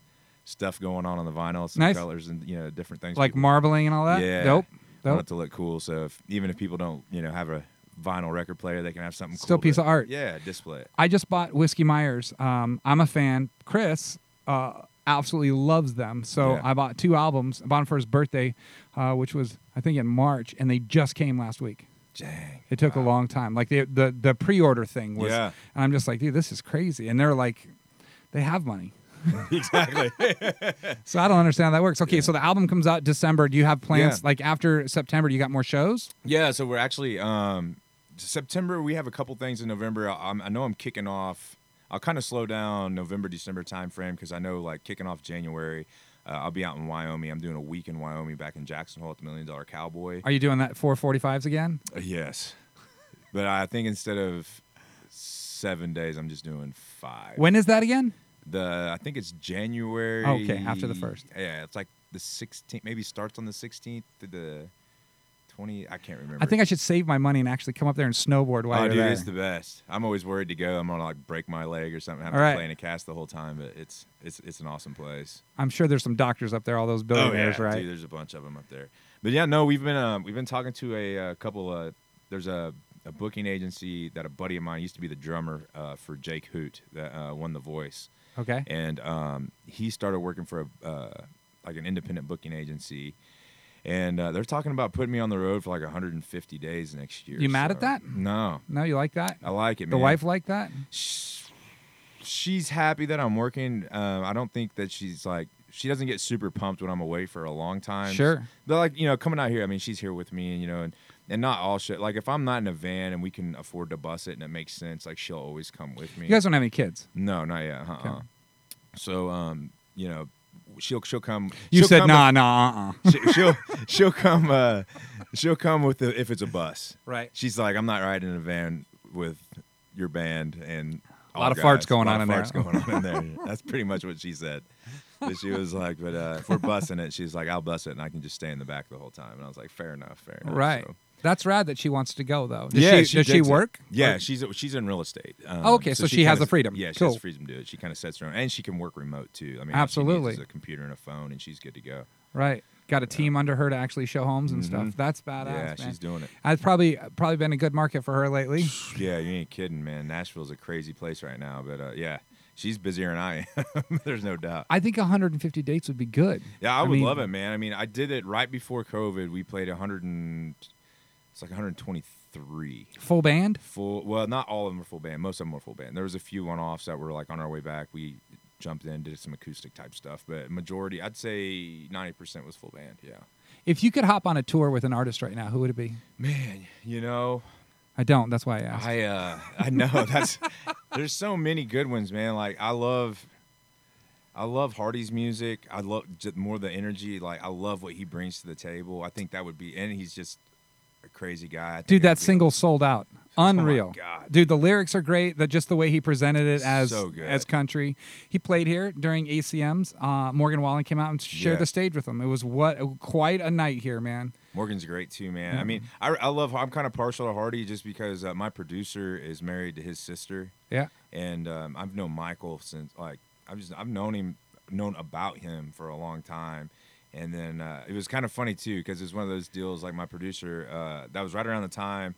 [SPEAKER 3] stuff going on on the vinyl, some
[SPEAKER 1] Nice.
[SPEAKER 3] colors and you know different things.
[SPEAKER 1] like
[SPEAKER 3] people-
[SPEAKER 1] marbling and all that.
[SPEAKER 3] Yeah.
[SPEAKER 1] Dope.
[SPEAKER 3] I want
[SPEAKER 1] Dope.
[SPEAKER 3] it to look cool. So if, even if people don't you know have a vinyl record player, they can have something
[SPEAKER 1] Still
[SPEAKER 3] cool
[SPEAKER 1] piece
[SPEAKER 3] to-
[SPEAKER 1] of art.
[SPEAKER 3] Yeah, display it.
[SPEAKER 1] I just bought Whiskey Myers. Um, I'm a fan. Chris uh, absolutely loves them. So
[SPEAKER 3] Yeah.
[SPEAKER 1] I bought two albums. I bought them for his birthday, uh, which was I think in March, and they just came last week.
[SPEAKER 3] Dang.
[SPEAKER 1] It took a long time. Like the the the pre-order thing was,
[SPEAKER 3] Yeah.
[SPEAKER 1] and I'm just like, dude, this is crazy. And they're like, they have money.
[SPEAKER 3] exactly.
[SPEAKER 1] So I don't understand how that works. Okay, so the album comes out December. Do you have plans
[SPEAKER 3] Yeah.
[SPEAKER 1] like after September? You got more shows?
[SPEAKER 3] Yeah, so we're actually um September. We have a couple things in November. I, I'm, I know I'm kicking off. I'll kind of slow down November December time frame because I know like kicking off January. Uh, I'll be out in Wyoming. I'm doing a week in Wyoming back in Jackson Hole at the Million Dollar Cowboy.
[SPEAKER 1] Are you doing that 445s again?
[SPEAKER 3] Uh, yes, but I think instead of seven days, I'm just doing five.
[SPEAKER 1] When is that again?
[SPEAKER 3] the I think it's January.
[SPEAKER 1] Okay, after the first.
[SPEAKER 3] Yeah, it's like the 16th. Maybe starts on the 16th to the 20. I can't remember.
[SPEAKER 1] I think I should save my money and actually come up there and snowboard while
[SPEAKER 3] oh,
[SPEAKER 1] you're
[SPEAKER 3] dude,
[SPEAKER 1] there.
[SPEAKER 3] it's the best. I'm always worried to go. I'm gonna like break my leg or something. Have
[SPEAKER 1] All
[SPEAKER 3] to
[SPEAKER 1] right.
[SPEAKER 3] play in a cast the whole time, but it's it's it's an awesome place.
[SPEAKER 1] I'm sure there's some doctors up there, all those billionaires, Oh, right?
[SPEAKER 3] Oh, Dude, there's a bunch of them up there. But yeah, no, we've been um, we've been talking to a, uh couple. Uh, there's a, a booking agency that a buddy of mine used to be the drummer uh, for Jake Hoot that uh, won The Voice.
[SPEAKER 1] Okay.
[SPEAKER 3] and um, he started working for a uh, like an independent booking agency, and uh, they're talking about putting me on the road for like 150 days next year.
[SPEAKER 1] You mad at
[SPEAKER 3] so-
[SPEAKER 1] that?
[SPEAKER 3] No,
[SPEAKER 1] No, you like that?
[SPEAKER 3] I like it.
[SPEAKER 1] the
[SPEAKER 3] man.
[SPEAKER 1] wife like that?
[SPEAKER 3] Sh- she's happy that I'm working. Um, I don't think that she's like she doesn't get super pumped when I'm away for a long time.
[SPEAKER 1] Sure.
[SPEAKER 3] but like you know, coming out here, I mean, she's here with me, and you know, and and not all shit. Like if I'm not in a van and we can afford to bus it and it makes sense, like she'll always come with me.
[SPEAKER 1] You guys don't have any kids.
[SPEAKER 3] No, not yet. Uh-uh.
[SPEAKER 1] Okay.
[SPEAKER 3] So, um, you know, she'll she'll come.
[SPEAKER 1] You
[SPEAKER 3] she'll
[SPEAKER 1] said
[SPEAKER 3] come
[SPEAKER 1] nah, nah, uh, uh
[SPEAKER 3] With, she, she'll she'll come. Uh, she'll come with the, if it's a bus.
[SPEAKER 1] Right.
[SPEAKER 3] She's like, I'm not riding in a van with your band and
[SPEAKER 1] A
[SPEAKER 3] all
[SPEAKER 1] lot of
[SPEAKER 3] guys.
[SPEAKER 1] farts going
[SPEAKER 3] A lot
[SPEAKER 1] on
[SPEAKER 3] of
[SPEAKER 1] in
[SPEAKER 3] farts
[SPEAKER 1] there.
[SPEAKER 3] going on in there. That's pretty much what she said. But she was like, but uh, if we're bussing it, she's like, I'll bus it and I can just stay in the back the whole time. And I was like, fair enough, fair enough.
[SPEAKER 1] Right.
[SPEAKER 3] So-
[SPEAKER 1] That's rad that she wants to go though. Does she, does she
[SPEAKER 3] digs it.
[SPEAKER 1] work?
[SPEAKER 3] Yeah,
[SPEAKER 1] Or- Oh,
[SPEAKER 3] she's she's in real estate. Um,
[SPEAKER 1] Okay, so she has
[SPEAKER 3] kinda-
[SPEAKER 1] the freedom.
[SPEAKER 3] Yeah, she
[SPEAKER 1] Cool.
[SPEAKER 3] has the freedom to do it. She kind of sets her own, and she can work remote too. I mean, all she
[SPEAKER 1] Absolutely.
[SPEAKER 3] needs is a computer and a phone, and she's good to go.
[SPEAKER 1] right. Got a team under her to actually show homes and stuff. That's badass.
[SPEAKER 3] Mm-hmm. yeah,
[SPEAKER 1] man.
[SPEAKER 3] she's doing it.
[SPEAKER 1] That's probably probably been a good market for her lately.
[SPEAKER 3] Yeah, you ain't kidding, man. Nashville's a crazy place right now, but uh, yeah, she's busier than I am. There's no doubt.
[SPEAKER 1] I think 150 dates would be good.
[SPEAKER 3] Yeah, I would
[SPEAKER 1] mean,
[SPEAKER 3] love it, man. I mean, I did it right before COVID. We played 100 and it's like 123.
[SPEAKER 1] Full band.
[SPEAKER 3] full well not all of them were full band most of them were full band there was a few one-offs that were like on our way back we jumped in did some acoustic type stuff but majority i'd say 90% was full band yeah
[SPEAKER 1] If you could hop on a tour with an artist right now, who would it be?
[SPEAKER 3] man you know
[SPEAKER 1] I don't. That's why I asked.
[SPEAKER 3] i uh i know that's there's so many good ones man like i love I love Hardy's music. I love just more the energy. Like I love what he brings to the table. I think that would be, and he's just a crazy guy. I think
[SPEAKER 1] Dude,
[SPEAKER 3] it would
[SPEAKER 1] that
[SPEAKER 3] be
[SPEAKER 1] single sold out. Unreal.
[SPEAKER 3] Oh God.
[SPEAKER 1] Dude, the lyrics are great. That just the way he presented it as
[SPEAKER 3] So good.
[SPEAKER 1] as country. He played here during ACMs. Uh, Morgan Wallen came out and shared
[SPEAKER 3] Yeah.
[SPEAKER 1] the stage with him. It was what quite a night here, man.
[SPEAKER 3] Morgan's great too, man. I mean, I, I love. I'm kind of partial to Hardy just because uh, my producer is married to his sister,
[SPEAKER 1] Yeah.
[SPEAKER 3] and um, I've known Michael since like I've just I've known him, known about him for a long time. And then uh, it was kind of funny too because it's one of those deals. Like my producer, uh, that was right around the time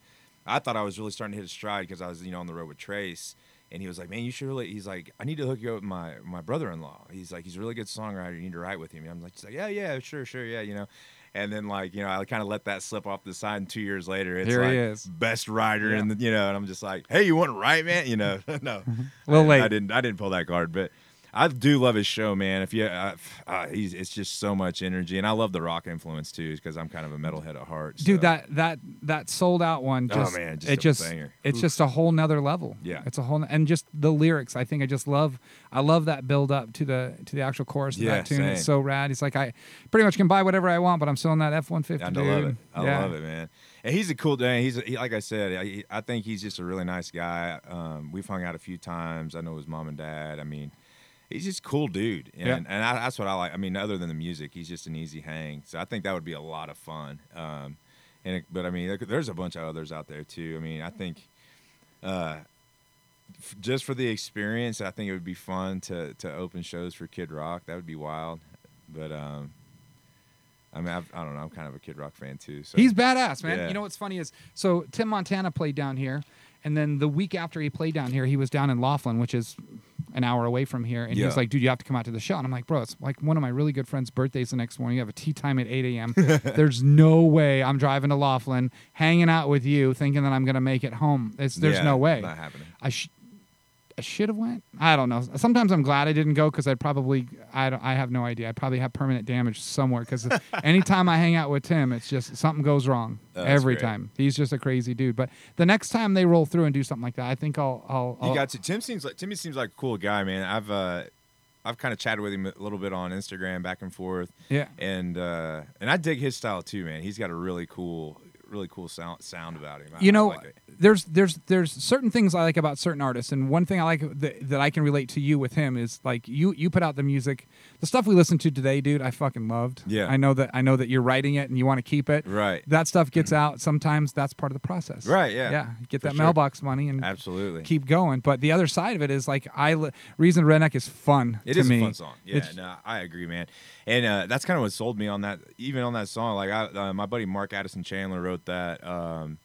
[SPEAKER 3] I thought I was really starting to hit a stride because I was you know on the road with Trace, and he was like, "Man, you should really." He's like, "I need to hook you up with my my brother-in-law." He's like, "He's a really good songwriter. You need to write with him." And I'm like, just like, "Yeah, yeah, sure, sure, yeah," you know. And then like you know, I kind of let that slip off the side. And two years later, it's
[SPEAKER 1] Here
[SPEAKER 3] like
[SPEAKER 1] he is.
[SPEAKER 3] best writer, in the you know. And I'm just like, "Hey, you want to write, man?" You know, no.
[SPEAKER 1] A little
[SPEAKER 3] I-
[SPEAKER 1] late.
[SPEAKER 3] I didn't. I didn't pull that card, but I do love his show, man. If you, uh, uh, he's it's just so much energy, and I love the rock influence too, because I'm kind of a metalhead at heart.
[SPEAKER 1] Dude,
[SPEAKER 3] so-
[SPEAKER 1] that that that sold out one
[SPEAKER 3] Oh,
[SPEAKER 1] just,
[SPEAKER 3] man, just
[SPEAKER 1] it
[SPEAKER 3] a
[SPEAKER 1] just
[SPEAKER 3] banger.
[SPEAKER 1] it's just a whole nother level.
[SPEAKER 3] Yeah.
[SPEAKER 1] It's a whole n- and just the lyrics. I think I just love I love that build up to the to the actual chorus of
[SPEAKER 3] Yeah,
[SPEAKER 1] that tune. It's
[SPEAKER 3] same.
[SPEAKER 1] so rad. It's like I pretty much can buy whatever I want, but I'm still in that F one fifty.
[SPEAKER 3] I love it. I love it, man. And he's a cool dude. He's he, like I said. I, I think he's just a really nice guy. Um, we've hung out a few times. I know his mom and dad. I mean, he's just a cool dude, and
[SPEAKER 1] Yeah.
[SPEAKER 3] and I, that's what I like. I mean, other than the music, he's just an easy hang. So I think that would be a lot of fun. Um, and it, but I mean, there, there's a bunch of others out there too. I mean, I think uh, f- just for the experience, I think it would be fun to to open shows for Kid Rock. That would be wild. But um, I mean, I've, I don't know. I'm kind of a Kid Rock fan too. So
[SPEAKER 1] He's badass, man.
[SPEAKER 3] Yeah.
[SPEAKER 1] You know what's funny is so Tim Montana played down here, and then the week after he played down here, he was down in Laughlin, which is an hour away from here, and he was
[SPEAKER 3] Yeah.
[SPEAKER 1] like, "Dude, you have to come out to the show." And I'm like, "Bro, it's like one of my really good friends' birthdays the next morning. You have a tea time at 8 a.m. There's no way I'm driving to Laughlin, hanging out with you, thinking that I'm gonna make it home. It's, there's
[SPEAKER 3] Yeah,
[SPEAKER 1] no way.
[SPEAKER 3] Not happening.
[SPEAKER 1] I sh- I should have went. I don't know. Sometimes I'm glad I didn't go because I'd probably I don't, I have no idea. I probably have permanent damage somewhere because anytime I hang out with Tim, it's just something goes wrong
[SPEAKER 3] Oh, that's
[SPEAKER 1] every
[SPEAKER 3] great.
[SPEAKER 1] time. He's just a crazy dude. But the next time they roll through and do something like that, I think I'll I'll,
[SPEAKER 3] You
[SPEAKER 1] I'll-
[SPEAKER 3] got to. Tim seems like Timmy seems like a cool guy, man. I've uh, I've kind of chatted with him a little bit on Instagram, back and forth,
[SPEAKER 1] yeah.
[SPEAKER 3] and uh, and I dig his style too, man. He's got a really cool, really cool sound sound about him. I-
[SPEAKER 1] you
[SPEAKER 3] I
[SPEAKER 1] know
[SPEAKER 3] like it.
[SPEAKER 1] there's there's there's certain things I like about certain artists, and one thing I like that, that I can relate to you with him is like you you put out the music, the stuff we listened to today, dude. I fucking loved.
[SPEAKER 3] Yeah.
[SPEAKER 1] I know that I know that you're writing it and you want to keep it.
[SPEAKER 3] Right. Mm-hmm.
[SPEAKER 1] That stuff gets out. Sometimes that's part of the process.
[SPEAKER 3] Right, yeah.
[SPEAKER 1] Yeah. Get
[SPEAKER 3] For
[SPEAKER 1] that
[SPEAKER 3] sure.
[SPEAKER 1] mailbox money and
[SPEAKER 3] absolutely.
[SPEAKER 1] keep going. But the other side of it is like I li- reason redneck is fun.
[SPEAKER 3] It
[SPEAKER 1] to
[SPEAKER 3] is
[SPEAKER 1] me.
[SPEAKER 3] a fun song. Yeah,
[SPEAKER 1] It's-
[SPEAKER 3] no, I agree, man. And uh, that's kind of what sold me on that. Even on that song, like I, uh, my buddy Mark Addison Chandler wrote that um,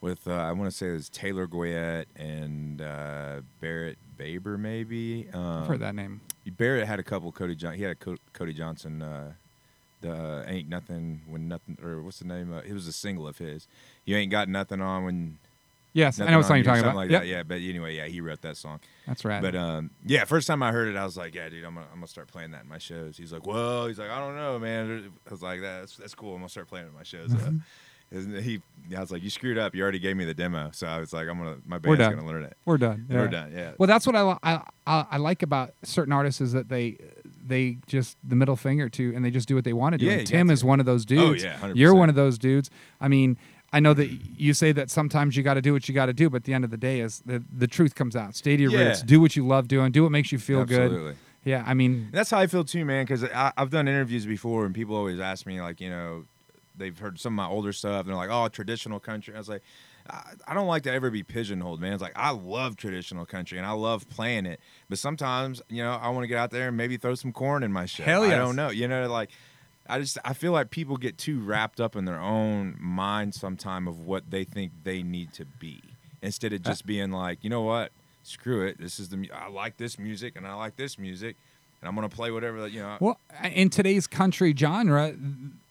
[SPEAKER 3] with uh, I want to say it was Taylor Goyette and uh, Barrett Baber, maybe. Um,
[SPEAKER 1] I've heard that name.
[SPEAKER 3] Barrett had a couple Cody John. He had a Co- Cody Johnson. Uh, the uh, ain't nothing when nothing or what's the name? Uh, it was a single of his. You ain't got nothing on when.
[SPEAKER 1] Yes, I
[SPEAKER 3] nothing
[SPEAKER 1] know what song
[SPEAKER 3] on
[SPEAKER 1] you're talking
[SPEAKER 3] something
[SPEAKER 1] about.
[SPEAKER 3] Like
[SPEAKER 1] Yep,
[SPEAKER 3] that. Yeah, but anyway, yeah, he wrote that song.
[SPEAKER 1] That's right.
[SPEAKER 3] But um, yeah, first time I heard it, I was like, yeah, dude, I'm gonna, I'm gonna start playing that in my shows. He's like, whoa, he's like, I don't know, man. I was like, that's that's cool. I'm gonna start playing it in my shows.
[SPEAKER 1] Mm-hmm.
[SPEAKER 3] Uh, isn't it- he? I was like, you screwed up. You already gave me the demo, so I was like, I'm gonna my
[SPEAKER 1] We're
[SPEAKER 3] band's
[SPEAKER 1] done.
[SPEAKER 3] gonna learn it.
[SPEAKER 1] We're done.
[SPEAKER 3] And We're
[SPEAKER 1] Yeah.
[SPEAKER 3] done. Yeah.
[SPEAKER 1] Well, that's what I, li- I I I like about certain artists is that they they just the middle finger to and they just do what they want to do.
[SPEAKER 3] Yeah,
[SPEAKER 1] and
[SPEAKER 3] you
[SPEAKER 1] Tim
[SPEAKER 3] got
[SPEAKER 1] is
[SPEAKER 3] to. Oh,
[SPEAKER 1] one of those dudes.
[SPEAKER 3] yeah, 100%.
[SPEAKER 1] You're one of those dudes. I mean, I know that you say that sometimes you got to do what you got to do, but at the end of the day is the the truth comes out. Stay to your
[SPEAKER 3] Yeah.
[SPEAKER 1] roots. Do what you love doing. Do what makes you feel
[SPEAKER 3] Absolutely.
[SPEAKER 1] good. Yeah, I mean,
[SPEAKER 3] And that's how I feel too, man. Because I've done interviews before, and people always ask me, like, you know, they've heard some of my older stuff, and they're like, "Oh, traditional country." I was like, I, I don't like to ever be pigeonholed, man. It's like I love traditional country, and I love playing it, but sometimes, you know, I want to get out there and maybe throw some corn in my shit.
[SPEAKER 1] Hell
[SPEAKER 3] I
[SPEAKER 1] yes.
[SPEAKER 3] don't know, you know, like. I just I feel like people get too wrapped up in their own mind sometime of what they think they need to be instead of just being like, you know what, screw it. This is the mu- I like this music and I like this music, and I'm gonna play whatever that you know.
[SPEAKER 1] well, in today's country genre,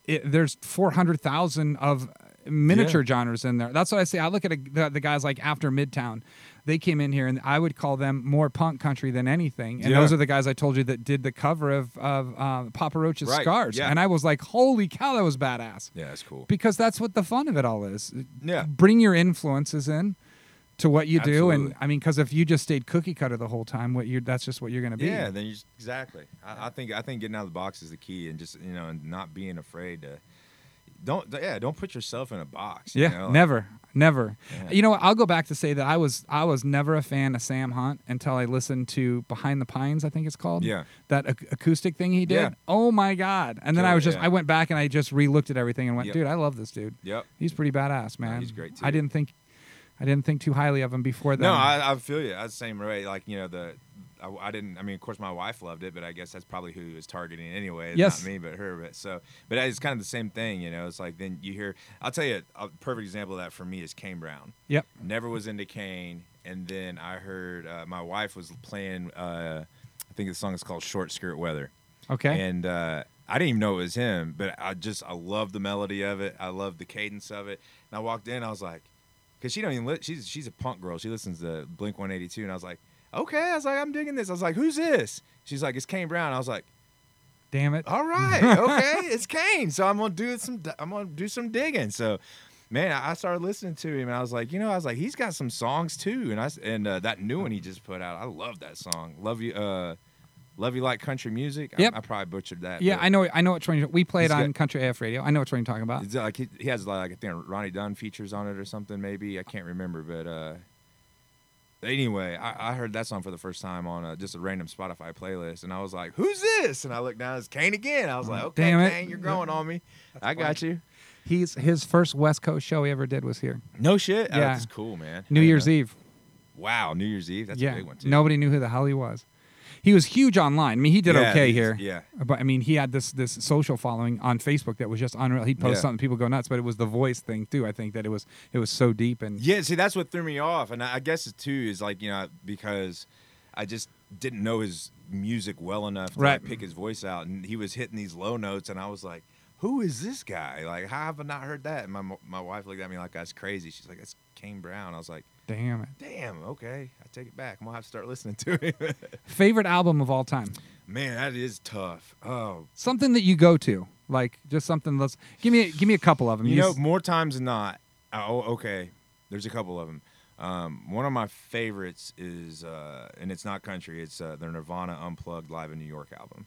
[SPEAKER 1] it, there's 400,000 of miniature genres in there. That's what I say. I look at a, the, the guys like after Midtown. They came in here, and I would call them more punk country than anything. And
[SPEAKER 3] Yeah.
[SPEAKER 1] those are the guys I told you that did the cover of, of uh, Papa Roach's
[SPEAKER 3] Right,
[SPEAKER 1] Scars.
[SPEAKER 3] yeah.
[SPEAKER 1] And I was like, holy cow, that was badass.
[SPEAKER 3] yeah, that's cool.
[SPEAKER 1] Because that's what the fun of it all is.
[SPEAKER 3] Yeah.
[SPEAKER 1] Bring your influences in to what you do. And
[SPEAKER 3] Absolutely.
[SPEAKER 1] I mean, because if you just stayed cookie cutter the whole time, what you're, that's just what you're going to be.
[SPEAKER 3] Yeah, then you just, exactly. I, I think I think getting out of the box is the key, and just you know, and not being afraid to don't yeah, don't put yourself in a box. you
[SPEAKER 1] Yeah,
[SPEAKER 3] know, like-
[SPEAKER 1] never, never.
[SPEAKER 3] Yeah.
[SPEAKER 1] You know, what, I'll go back to say that I was I was never a fan of Sam Hunt until I listened to Behind the Pines, I think it's called.
[SPEAKER 3] Yeah.
[SPEAKER 1] That ac- acoustic thing he did.
[SPEAKER 3] Yeah.
[SPEAKER 1] Oh my god! And then
[SPEAKER 3] Killed
[SPEAKER 1] I was
[SPEAKER 3] it,
[SPEAKER 1] just
[SPEAKER 3] yeah.
[SPEAKER 1] I went back and I just re-looked at everything and went,
[SPEAKER 3] Yep.
[SPEAKER 1] dude, I love this dude.
[SPEAKER 3] Yep.
[SPEAKER 1] He's pretty badass, man.
[SPEAKER 3] he's great,
[SPEAKER 1] I
[SPEAKER 3] too.
[SPEAKER 1] didn't think, I didn't think too highly of him before that.
[SPEAKER 3] No, I, I feel you. I was the same way. Like you know, the I, I didn't. I mean, of course, my wife loved it, but I guess that's probably who it was targeting anyway. It's
[SPEAKER 1] Yes.
[SPEAKER 3] not me, but her. But so, but it's kind of the same thing. You know, it's like then you hear. I'll tell you a perfect example of that for me is Kane Brown.
[SPEAKER 1] yep.
[SPEAKER 3] Never was into Kane, and then I heard uh, my wife was playing. Uh, I think the song is called "Short Skirt Weather."
[SPEAKER 1] Okay.
[SPEAKER 3] and uh, I didn't even know it was him, but I just I love the melody of it. I love the cadence of it. And I walked in, I was like, because she don't even li- she's she's a punk girl. She listens to Blink One Eighty Two, and I was like, okay. I was like, I'm digging this. I was like, who's this? She's like, it's Kane Brown. I was like,
[SPEAKER 1] Damn it.
[SPEAKER 3] all right, okay, it's Kane. So I'm gonna do some I'm gonna do some digging. So. Man, I I started listening to him, and I was like, you know, I was like, he's got some songs too, and I s- and uh, that new one he just put out, I love that song. Love you, uh, love you like country music. I-
[SPEAKER 1] Yep.
[SPEAKER 3] I, probably butchered that.
[SPEAKER 1] yeah,
[SPEAKER 3] but-
[SPEAKER 1] I know. I know what you. We play it
[SPEAKER 3] He's
[SPEAKER 1] on
[SPEAKER 3] got-
[SPEAKER 1] Country AF Radio. I know what you're talking about.
[SPEAKER 3] It's like he, he has like I think Ronnie Dunn features on it or something. Maybe I can't remember, but uh, anyway, I, I heard that song for the first time on a, just a random Spotify playlist, and I was like, "Who's this?" And I looked down, it's Kane again. I was like, "Okay,
[SPEAKER 1] Mm, damn it.
[SPEAKER 3] Kane, you're growing on me. I got you."
[SPEAKER 1] He's his first West Coast show he ever did was here.
[SPEAKER 3] No shit. Oh,
[SPEAKER 1] Yeah.
[SPEAKER 3] that's cool, man.
[SPEAKER 1] New
[SPEAKER 3] Hey,
[SPEAKER 1] Year's
[SPEAKER 3] uh,
[SPEAKER 1] Eve.
[SPEAKER 3] Wow, New Year's Eve. That's
[SPEAKER 1] yeah.
[SPEAKER 3] a big one too.
[SPEAKER 1] Nobody knew who the hell he was. He was huge online. I mean, he did
[SPEAKER 3] Yeah,
[SPEAKER 1] okay
[SPEAKER 3] he's-
[SPEAKER 1] here.
[SPEAKER 3] yeah.
[SPEAKER 1] But I mean, he had this this social following on Facebook that was just unreal. He'd post
[SPEAKER 3] Yeah.
[SPEAKER 1] something, people go nuts. But it was the voice thing too. I think that it was it was so deep and
[SPEAKER 3] Yeah, see, that's what threw me off, and I I guess it too is like you know because I just didn't know his music well enough to
[SPEAKER 1] Right.
[SPEAKER 3] like, pick his voice out, and he was hitting these low notes, and I was like, "Who is this guy? Like, how have I not heard that?" And my mo- my wife looked at me like I was crazy. She's like, "That's Kane Brown." I was like,
[SPEAKER 1] damn it.
[SPEAKER 3] "Damn, okay, I take it back. I'm gonna have to start listening to him."
[SPEAKER 1] Favorite album of all time.
[SPEAKER 3] Man, that is tough. Oh,
[SPEAKER 1] Something that you go to, like just something. Let's give me give me a couple of them.
[SPEAKER 3] you know, more times than not. Oh, okay. There's a couple of them. Um, one of my favorites is, uh, and it's not country. It's uh, their Nirvana Unplugged Live in New York album.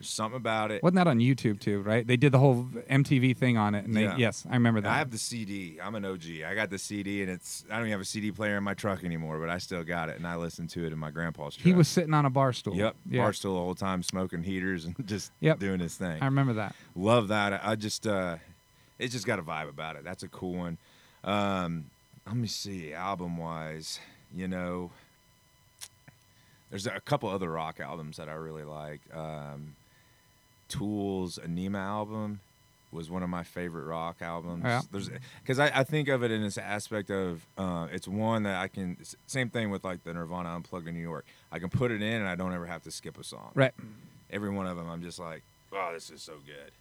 [SPEAKER 3] There's something about it.
[SPEAKER 1] wasn't that on YouTube too? Right? They did the whole MTV thing on it, and they
[SPEAKER 3] Yeah.
[SPEAKER 1] yes, I remember that.
[SPEAKER 3] I have the CD. I'm an OG. I got the CD, and it's I don't even have a CD player in my truck anymore, but I still got it, and I listen to it in my grandpa's truck.
[SPEAKER 1] he was sitting on a bar stool.
[SPEAKER 3] yep,
[SPEAKER 1] Yeah.
[SPEAKER 3] bar still the whole time, smoking heaters and just
[SPEAKER 1] Yep.
[SPEAKER 3] doing his thing.
[SPEAKER 1] I remember that.
[SPEAKER 3] Love that. I- I just uh it's just got a vibe about it. That's a cool one. Um let me see album wise, you know there's a couple other rock albums that I really like. Um Tool's Anima album was one of my favorite rock albums.
[SPEAKER 1] Yeah.
[SPEAKER 3] There's because I, I think of it in this aspect of uh, it's one that I can s- same thing with like the Nirvana Unplugged in New York. I can put it in and I don't ever have to skip a song.
[SPEAKER 1] Right.
[SPEAKER 3] Every one of them, I'm just like, oh, this is so good.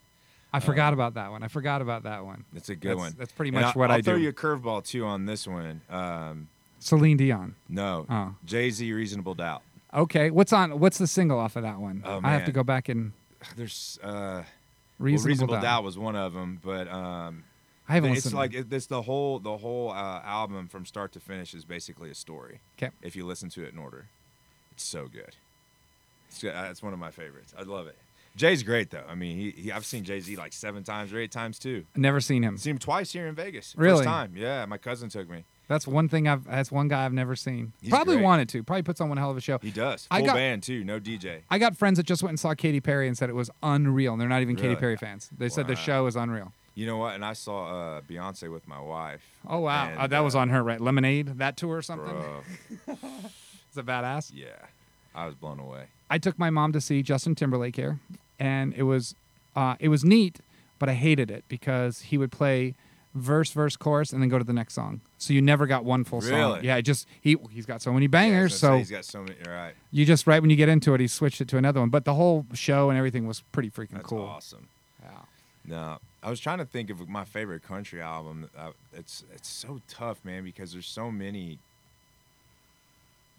[SPEAKER 1] I forgot
[SPEAKER 3] Uh,
[SPEAKER 1] about that one. I forgot about that one.
[SPEAKER 3] That's a good
[SPEAKER 1] That's-
[SPEAKER 3] one.
[SPEAKER 1] that's pretty
[SPEAKER 3] And
[SPEAKER 1] much
[SPEAKER 3] I,
[SPEAKER 1] what
[SPEAKER 3] I'll
[SPEAKER 1] I
[SPEAKER 3] throw
[SPEAKER 1] do.
[SPEAKER 3] you a curveball too on this one. Um,
[SPEAKER 1] Celine Dion.
[SPEAKER 3] no,
[SPEAKER 1] Oh.
[SPEAKER 3] Jay Z, Reasonable Doubt.
[SPEAKER 1] Okay, what's on? What's the single off of that one?
[SPEAKER 3] Oh,
[SPEAKER 1] I have to
[SPEAKER 3] man.
[SPEAKER 1] go back and
[SPEAKER 3] There's uh,
[SPEAKER 1] reasonable,
[SPEAKER 3] well, Reasonable
[SPEAKER 1] doubt.
[SPEAKER 3] Doubt. was one of them, but um,
[SPEAKER 1] I haven't
[SPEAKER 3] it's
[SPEAKER 1] listened.
[SPEAKER 3] like
[SPEAKER 1] to
[SPEAKER 3] it, it's the whole the whole uh, album from start to finish is basically a story.
[SPEAKER 1] Okay.
[SPEAKER 3] If you listen to it in order, it's so good. It's, good. Uh, it's one of my favorites. I love it. Jay's great though. I mean, he, he I've seen Jay Z like seven times or eight times too.
[SPEAKER 1] it. never seen him.
[SPEAKER 3] Seen him twice here in Vegas.
[SPEAKER 1] Really?
[SPEAKER 3] First time. Yeah, my cousin took me.
[SPEAKER 1] That's one thing I've. That's one guy I've never seen.
[SPEAKER 3] He's
[SPEAKER 1] Probably
[SPEAKER 3] great.
[SPEAKER 1] wanted to. Probably puts on one hell of a show.
[SPEAKER 3] He does. Full
[SPEAKER 1] I got-
[SPEAKER 3] band too. No DJ.
[SPEAKER 1] I got friends that just went and saw Katy Perry and said it was unreal, and they're not even Katy
[SPEAKER 3] Really?
[SPEAKER 1] Perry fans. They said the
[SPEAKER 3] Wow.
[SPEAKER 1] show is unreal.
[SPEAKER 3] You know what? And I saw uh, Beyonce with my wife.
[SPEAKER 1] Oh wow,
[SPEAKER 3] And,
[SPEAKER 1] Uh, that was on her right, Lemonade that tour or something.
[SPEAKER 3] bruh,
[SPEAKER 1] It's a badass.
[SPEAKER 3] yeah, I was blown away.
[SPEAKER 1] I took my mom to see Justin Timberlake here, and it was uh, it was neat, but I hated it because he would play verse, verse, chorus, and then go to the next song. So you never got one full song.
[SPEAKER 3] Really?
[SPEAKER 1] Yeah, it just he he's got so many
[SPEAKER 3] Yeah, I
[SPEAKER 1] bangers.
[SPEAKER 3] was gonna say,
[SPEAKER 1] so
[SPEAKER 3] he's got so many. All right,
[SPEAKER 1] you just right when you get into it, he switched it to another one. But the whole show and everything was pretty freaking
[SPEAKER 3] that's
[SPEAKER 1] cool.
[SPEAKER 3] awesome.
[SPEAKER 1] Yeah.
[SPEAKER 3] No, I was trying to think of my favorite country album. Uh, it's it's so tough, man, because there's so many.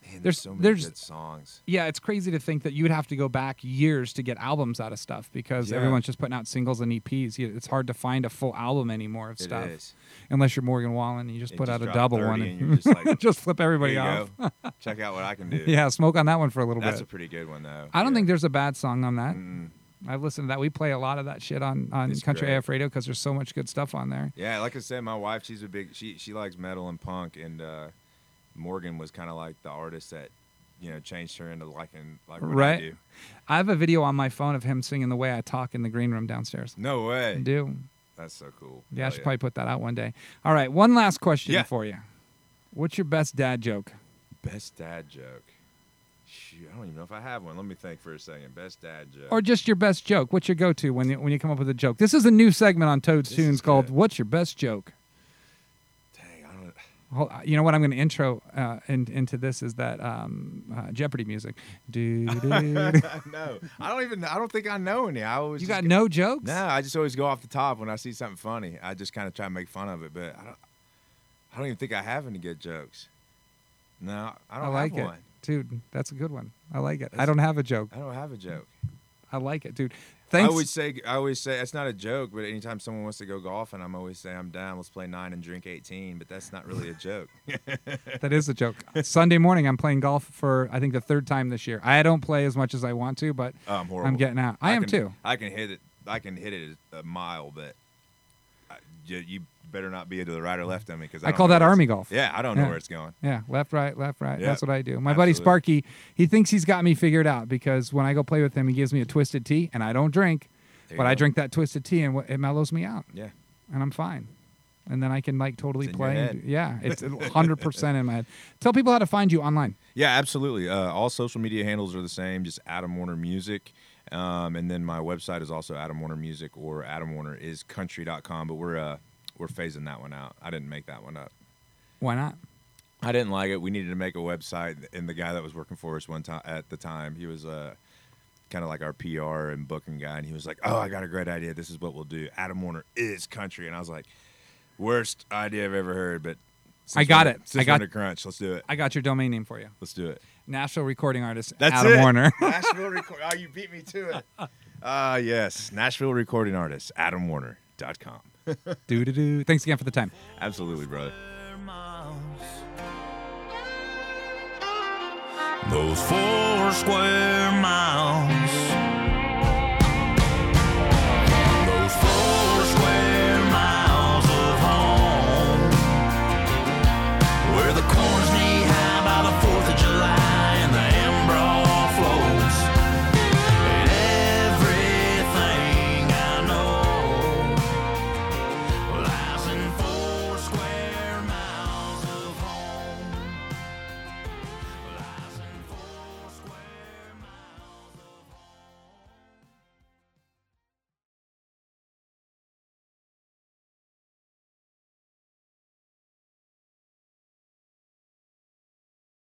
[SPEAKER 3] Man, there's,
[SPEAKER 1] There's-
[SPEAKER 3] so many
[SPEAKER 1] there's-
[SPEAKER 3] good songs.
[SPEAKER 1] Yeah, it's crazy to think that you would have to go back years to get albums out of stuff because
[SPEAKER 3] Yeah.
[SPEAKER 1] everyone's just putting out singles and EPs. You- It's hard to find a full album anymore of
[SPEAKER 3] It
[SPEAKER 1] stuff,
[SPEAKER 3] is.
[SPEAKER 1] unless you're Morgan Wallen and you just
[SPEAKER 3] It
[SPEAKER 1] put
[SPEAKER 3] just
[SPEAKER 1] out a
[SPEAKER 3] dropped
[SPEAKER 1] double
[SPEAKER 3] 30
[SPEAKER 1] one
[SPEAKER 3] and you're just like,
[SPEAKER 1] just flip
[SPEAKER 3] Here
[SPEAKER 1] everybody
[SPEAKER 3] you
[SPEAKER 1] off.
[SPEAKER 3] go. Check out what I can do.
[SPEAKER 1] Yeah, smoke on that one for a little
[SPEAKER 3] that's a
[SPEAKER 1] bit.
[SPEAKER 3] pretty good one though.
[SPEAKER 1] I I don't
[SPEAKER 3] Yeah.
[SPEAKER 1] think there's a bad song on that.
[SPEAKER 3] Mm-mm.
[SPEAKER 1] I've listened to that. We play a lot of that shit on on
[SPEAKER 3] It's
[SPEAKER 1] Country
[SPEAKER 3] great.
[SPEAKER 1] AF Radio because there's so much good stuff on there.
[SPEAKER 3] Yeah, like I said, my wife, she's a big she she likes metal and punk, and uh, Morgan was kind of like the artist that you know changed her into liking like what I
[SPEAKER 1] Right.
[SPEAKER 3] do.
[SPEAKER 1] I have a video on my phone of him singing "The Way I Talk" in the green room downstairs.
[SPEAKER 3] No
[SPEAKER 1] I
[SPEAKER 3] way,
[SPEAKER 1] do.
[SPEAKER 3] that's so cool. Oh,
[SPEAKER 1] Yeah, I
[SPEAKER 3] Hell
[SPEAKER 1] should probably put that out one day. All right, one last question
[SPEAKER 3] Yeah.
[SPEAKER 1] for you. What's your best dad joke?
[SPEAKER 3] best dad joke. Shoot, I don't even know if I have one. Let me think for a second. Best dad joke.
[SPEAKER 1] Or just your best joke? What's your go-to when you, when you come up with a joke? This is a new segment on Toad's
[SPEAKER 3] This
[SPEAKER 1] Tunes
[SPEAKER 3] is
[SPEAKER 1] called
[SPEAKER 3] good.
[SPEAKER 1] "What's Your Best Joke."
[SPEAKER 3] Dang, I don't.
[SPEAKER 1] Hold, you know what I'm going to intro uh, in, into this is that um, uh, Jeopardy music. Dude,
[SPEAKER 3] I know. I don't even. I don't think I know any. I always
[SPEAKER 1] you
[SPEAKER 3] just
[SPEAKER 1] got
[SPEAKER 3] go-
[SPEAKER 1] no jokes.
[SPEAKER 3] No, I just always go off the top when I see something funny. I just kind of try to make fun of it, but I don't. I don't even think I have any good jokes. No, I don't
[SPEAKER 1] I like
[SPEAKER 3] have
[SPEAKER 1] it,
[SPEAKER 3] one.
[SPEAKER 1] dude. That's a good one. I like it. I
[SPEAKER 3] That's-
[SPEAKER 1] don't have a joke.
[SPEAKER 3] I don't have a joke.
[SPEAKER 1] I like it, dude. Thanks.
[SPEAKER 3] I always say I always say that's not a joke, but anytime someone wants to go golfing, I'm always saying I'm down. Let's play nine and drink eighteen, but that's not really a joke.
[SPEAKER 1] That is a joke. Sunday morning, I'm playing golf for I think the third time this year. I don't play as much as I want to, but
[SPEAKER 3] I'm Oh, horrible.
[SPEAKER 1] I'm getting out. I, am
[SPEAKER 3] can-
[SPEAKER 1] too.
[SPEAKER 3] I can hit it. I can hit it a mile, but I, you, you better not be to the right or left of me because
[SPEAKER 1] I call that army golf.
[SPEAKER 3] Yeah, I don't know
[SPEAKER 1] Yeah.
[SPEAKER 3] where it's going.
[SPEAKER 1] Yeah, left, right, left, right.
[SPEAKER 3] Yeah,
[SPEAKER 1] That's what I do. My buddy
[SPEAKER 3] absolutely.
[SPEAKER 1] Sparky, he thinks he's got me figured out because when I go play with him, he gives me a twisted tea, and I don't drink,
[SPEAKER 3] There you
[SPEAKER 1] but I
[SPEAKER 3] go.
[SPEAKER 1] drink that twisted tea, and wh- it mellows me out,
[SPEAKER 3] Yeah,
[SPEAKER 1] and I'm fine. And then I can like totally
[SPEAKER 3] It's in your
[SPEAKER 1] play. and
[SPEAKER 3] head.
[SPEAKER 1] do- yeah, it's 100 percent in my head. Tell people how to find you online.
[SPEAKER 3] yeah, absolutely. Uh, all social media handles are the same. Just Adam Warner Music. Um, and then my website is also Adam Warner Music or Adam Warner is country.com, but we're uh, we're phasing that one out. I didn't make that one up.
[SPEAKER 1] Why not?
[SPEAKER 3] I didn't like it. We needed to make a website, and the guy that was working for us one time at the time, he was uh, kind of like our PR and booking guy, and he was like, "Oh, I got a great idea. This is what we'll do. Adam Warner is country," and I was like, "Worst idea I've ever heard." But since
[SPEAKER 1] I got
[SPEAKER 3] we're-
[SPEAKER 1] it.
[SPEAKER 3] Since
[SPEAKER 1] I got-
[SPEAKER 3] we're under crunch. Let's do it.
[SPEAKER 1] I got your domain name for you.
[SPEAKER 3] Let's do it.
[SPEAKER 1] National recording artist
[SPEAKER 3] That's
[SPEAKER 1] Adam
[SPEAKER 3] it.
[SPEAKER 1] Warner.
[SPEAKER 3] Nashville record. Oh, you beat me to it. Ah, yes. Nashville recording artist Adam Warner.com.
[SPEAKER 1] do do do. Thanks again for the time.
[SPEAKER 3] Absolutely, brother.
[SPEAKER 2] Those four square